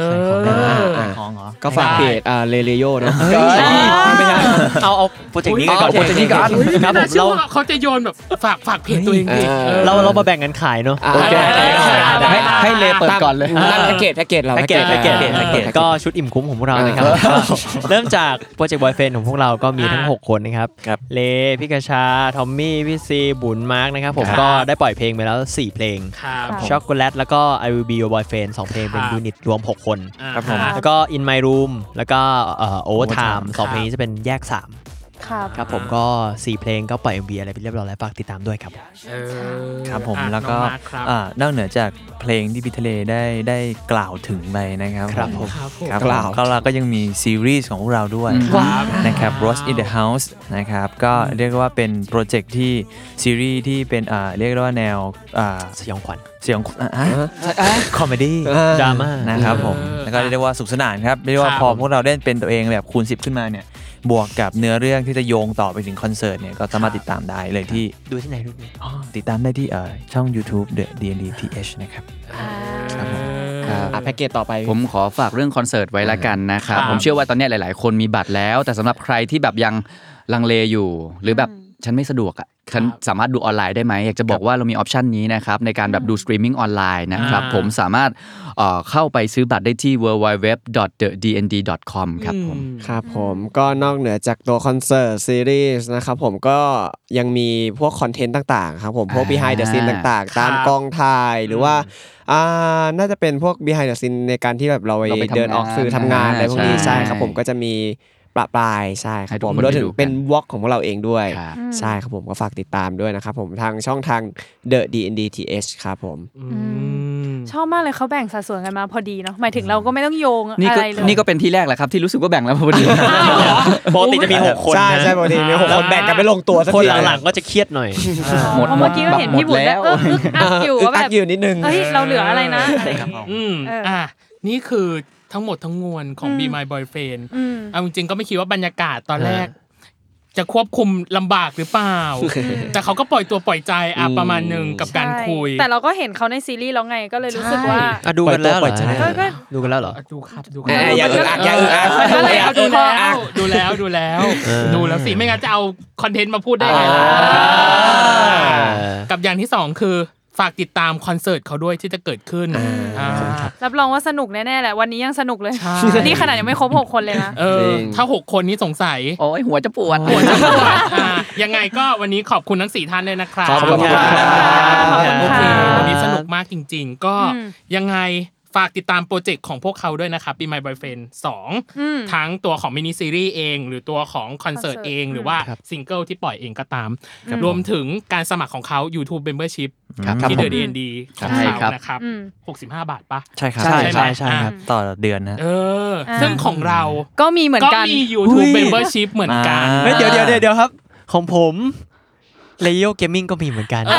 A: อ
C: ของเหรอ
F: ก็ฝากเพจอ่าเลเลโยนะ
D: ไม่ใช่เอาเอาโปรเจกต์นี้กันก่อน
E: เอาโปรเจกต์นี้ก่อน
D: ครับผม
A: เรา
D: เรา
A: เขาจะโยนแบบฝากฝากเพจตัวเองดิออ
D: เราเรามาแบ่งกันขายเนาะ
F: โอเค
A: ได้
E: ให้ให้เลเปิดก่อนเลย
F: ตามแพ็กเกจแพ็กเกจเรา
D: แพ็กเกจแพ็กเกจแพ็กเกจก็ชุดอิ่มคุ้มของพวกเรานะครับก็เริ่มจากโปรเจกต์บอยเฟนของพวกเราก็มีทั้ง
A: อ่า
D: 6 คนนะครับ
C: ครับ
D: เล พี่กระชา ทอมมี่ พี่ซี บุญมาร์กนะครับผม
A: ครับ
D: ก็ได้ปล่อยเพลงไปแล้ว 4 เพลง
A: ครับ
B: ผม
D: ช็อกโกแลตแล้วก็ I will be your boyfriend 2 เพลงเป็นยูนิตรวม 6 คน
A: อ่า
C: ครับผม
D: แล้วก็ In my room แล้วก็โอเวอร์ไท
A: Overtime
D: ม์สองเพลงนี้จะเป็นแยก 3
B: ครับ
D: ครับผมก็ 4 เพลงก็ปล่อย MV อะไรไปเรียบร้อยแล้วฝากติดตามด้วยครับ
A: เออ
C: ครับผม
A: อ่ะ
C: แล้วก็
A: น้องมาร์คครับ
C: อ่านอกเหนือจากเพลงที่พี่ทะเลได้ได้กล่าวถึงไปนะครับ
D: ครับ
C: ผม
A: ครับผม
C: ครับผม
F: กล่าว
C: ก็เราก็ยังมีซีรีส์ของพวกเราด้วย
A: ครับ
C: นะครับ Rose in the House นะครับก็เรียกว่าเป็นโปรเจกต์ที่ซีรีส์ที่เป็นอ่าเรียกได้ว่าแนวอ่า
D: สยองขวัญ
C: เสียงคอมเมดี้
D: ดราม่านะ
C: นะครับผม
A: เออ
C: แล้วก็เรียกว่าสุขสนานครับเรียก
A: ค
C: ว่า
A: รับ
C: พอพวกเราเล่นเป็นตัวเองแบบคูณ 10 ขึ้นมาเนี่ยบวกกับเนื้อเรื่องที่จะโยงต่อไปถึงคอนเสิร์ตเนี่ยก็สามารถติดตามได้เลยที่
D: ดูที่ไหนดูที่ไหน
C: อ๋อติดตามได้ที่เอ่อช่อง YouTube The DND TH นะครับครับผม
E: ครับ
F: อ่ะแพ็กเกจต่อไป
E: ผมขอฝากเรื่องคอนเสิร์ตไว้ละกันนะครั
A: ค
E: บ
A: รับ
E: ผมเชื่อว่าตอนเนี้ยหลาย ๆ คนมีบัตรแล้ว แต่สำหรับใครที่แบบยังลังเลอยู่ หรือแบบฉันไม่สะดวกอ่ะฉันสามารถดูออนไลน์ได้ไหมอยากจะบอกว่าเรามีออปชันนี้นะครับ ในการแบบดูสตรีมมิ่งออนไลน์นะครับ
A: อ่า
E: ผมสามารถเอ่อเข้าไปซื้อบัตรได้ที่ www.dnd.com ครับผม
F: ครับผมก็นอกเหนือจากตัวคอนเสิร์ตซีรีส์นะครับผมก็ยังมีพวกคอนเทนต์ต่างๆครับผมพวก
E: อ่า
F: behind the scene ต่างๆ ตามกองถ่ายหรือว่าอ่าน่าจะเป็นพวก behind the scene ในการที่แบบเรา
E: เรา
F: ไป
E: ไปทำงาน
F: เดินออกสื่อทำงานอะไรพวกนี้
E: ใช่
F: ใช่ครับผมก็จะมีประปรายใช่ครับ
E: ให้ทุ
F: ผ
E: ก
F: ม
E: คน
F: รวม
E: ได้
F: ถึ
E: ดู
F: ง
E: กัน
F: เป็นวอล์กของพวกเราเองด้วย
E: ครับ
F: ใช่ครับผมก็ฝากติดตามด้วยนะครับผมทางช่องทาง The DNDTH ครับผม
A: อืม
B: ชอบมากเลยเขาแบ่งสัดส่วนกันมาพอดีเนาะหมายถึงเราก็ไม่ต้องโยง
E: นี่
B: อะ
E: ก็
B: ไรเลย
E: นี่ก็เป็นที่แรกแหละครับ ที่รู้สึกว่าแบ่งแล้วพอดี
D: ปกติจะมีหกคน
F: ใช่
D: นะ
F: ใช่ปกติมีหกคนแบ่งกันไม่ลงตัวสัก
D: คน
F: ที
D: หลังๆก็จะเครียดหน่อย
B: เพราะเมื่อกี้ก็เห็นพี่บุญ
E: หมดแล้
B: แล้ว
E: ว
B: เอออึกอักอยู่ว่าแบ
F: อั
B: บ
F: กอยู่นิดนึง
B: เฮ้ยเราเหลืออะไรนะ
A: อืม
B: เอออ่
A: อ่ะนี่คือทั้งหมดทั้งมวลของ
B: อืม
A: Be My Boyfriend
B: อืม
A: เอาจริงๆก็ไม่คิดว่าบรรยากาศตอนแรก จะควบคุมลำบากหรือเปล่า แต่เขาก็ปล่อยตัวปล่อยใจอ่ะประมาณหนึ่งกับการ
B: ใช่
A: คุย
B: แต่เราก็เห็นเขาในซีรีส์แล้วไงก็เลยรู้สึกว่า
D: อ่ะดูกันแล้วเหรอ
F: ปล่อยตัวปล่อยใจ
B: ก็ก็
D: ดูกันแล้วเหรอ
A: ดูครับดูค
F: แห
A: รับ
F: มอย่าอึกอักอย่าอึกอัก
A: มันก็เลยเอาดูแล้วดูแล้วดูแล้วดูแล้วสิไม่งั้นจะเอาคอนเทนต์มาพูดได้ไงล่ะกับอย่างที่สองคือฝากติดตามคอนเสิร์ตเขาด้วยที่จะเกิดขึ้นอ่า
B: รับรองว่าสนุกแน่ๆแหละวันนี้ยังสนุกเลย
A: ใช่
B: นี่ขนาดยังไม่ครบหกคนเลยนะ
A: เออถ้าหกคนนี้สงสัย
E: โอ้ยหัวจะปวด
A: ปวดจะปวดอ่ะยังไงก็วันนี้ขอบคุณทั้งสี่ท่านเลยนะครับ
F: ขอบคุณครับ
A: ขอบคุณครับ
B: ขอบคุณครับ
A: โอเควันนี้สนุกมากจริง ๆ ก็
B: อืม
A: ยังไง ฝากติดตามโปรเจกต์ของพวกเขาด้วยนะครับ Be My Boyfriend
B: อืม
A: 2 ทั้งตัวของมินิซีรีส์เอง หรือตัวของคอนเสิร์ต
B: คอนเสิร์ต
A: เอง หรือ
B: ม
A: ว่าซิงเกิลที่ปล่อยเองก็ตาม
B: ครับ
A: รวมถึงการสมัครของเขา YouTube Membership
C: ครับ
A: ที่
C: ครั
A: เดอะ
C: บ
A: ดีเอ็นดี
C: ครับ
A: ของเขา
C: ใช่ครับ
A: นะครับ 65 บาทปะ
C: ใช่ครับ
A: ไหม
C: ใช่ใช่ครับ
A: อ่ะ
C: ต่อเดือนนะ
A: เออ ซึ่งของเรา
B: ก็มีเหมือนกัน
A: ก็มี YouTube Membership เหมือนกัน
C: อ่า
D: เฮ้ยเดี๋ยวเดี๋ยวเดี๋ยวเดี๋ยวครับ ของผมเลโยเกมมิ่งก็มีเหมือนกัน
A: เ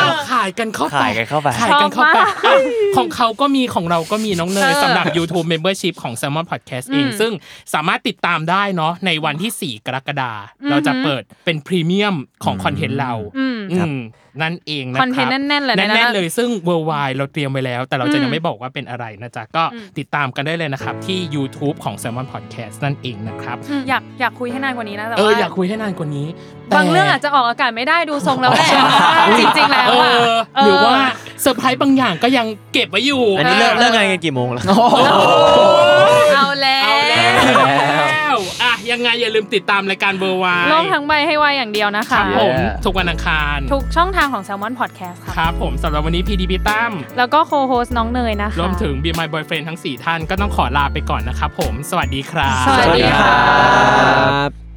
A: อาขายกันเข้าไป
D: ขายกันเข้าไป
A: ขายกันเข้าไปอ่ะของเขาก็มีของเราก็มีน้องเนย
B: เออ
A: สำหรับ YouTube Membership ของ Salmon Podcast
B: อืม
A: เอง ซึ่งสามารถติดตามได้เนาะในวันที่ 4 กรกฎาค
B: อื
A: ม
B: ม
A: เราจะเปิดเป็นพรีเมียมของคอนเทนต์เรา
B: อืม
A: อืมนั่นเองนะ
B: คอน
A: ค
B: เท
A: รั
B: นต์แน่นๆเลยนะ
A: แน่นๆเลย
B: นะ
A: ซึ่ง worldwide เราเตรียมไว้แล้ว แต่เราจะ
B: อืม
A: ยังไม่บอกว่าเป็นอะไรนะจ๊ะ ก็
B: อืม
A: ติดตามกันได้เลยนะครับ ที่ YouTube ของ Salmon Podcast นั่นเองนะครับ
B: อืมอยากอยากคุยให้นานกว่านี้นะแต่
A: เออ
B: ว่า
A: อยากคุยให้นานกว่านี้แต่
B: บางเรื่องอาจจะออกอากาศไม่ได้ดูทรงแล้วแหละจริงๆแล้ว
A: เอ
B: อะ
A: อหรือว่าเซอร์ไพรส์บางอย่างก็ยังเก็บไว้อยู่
D: อันนี้เลิกเลิกงานกันกี่โมงแล้ว
B: เอาแล้ว
A: เอาแล้วอ่ะยังไงอย่าลืมติดตามรายการเบอร์วาย
B: โลกทั้งใบให้วายอย่างเดียวนะ
A: ค
B: คะ
A: รับผมทุกวันอังคาร
B: ทุกช่องทางของ Salmon Podcast
A: ค
B: ค่ะ
A: รับผมสำหรับวันนี้พีดีพีตั้ม
B: แล้วก็โคโฮสน้องเนยนะคะ
A: รวมถึง Be My Boyfriend ทั้ง 4 ท่านก็ต้องขอลาไปก่อนนะครับผม สวัสดีครับ
B: สวัสดีค่ะ
F: ครับ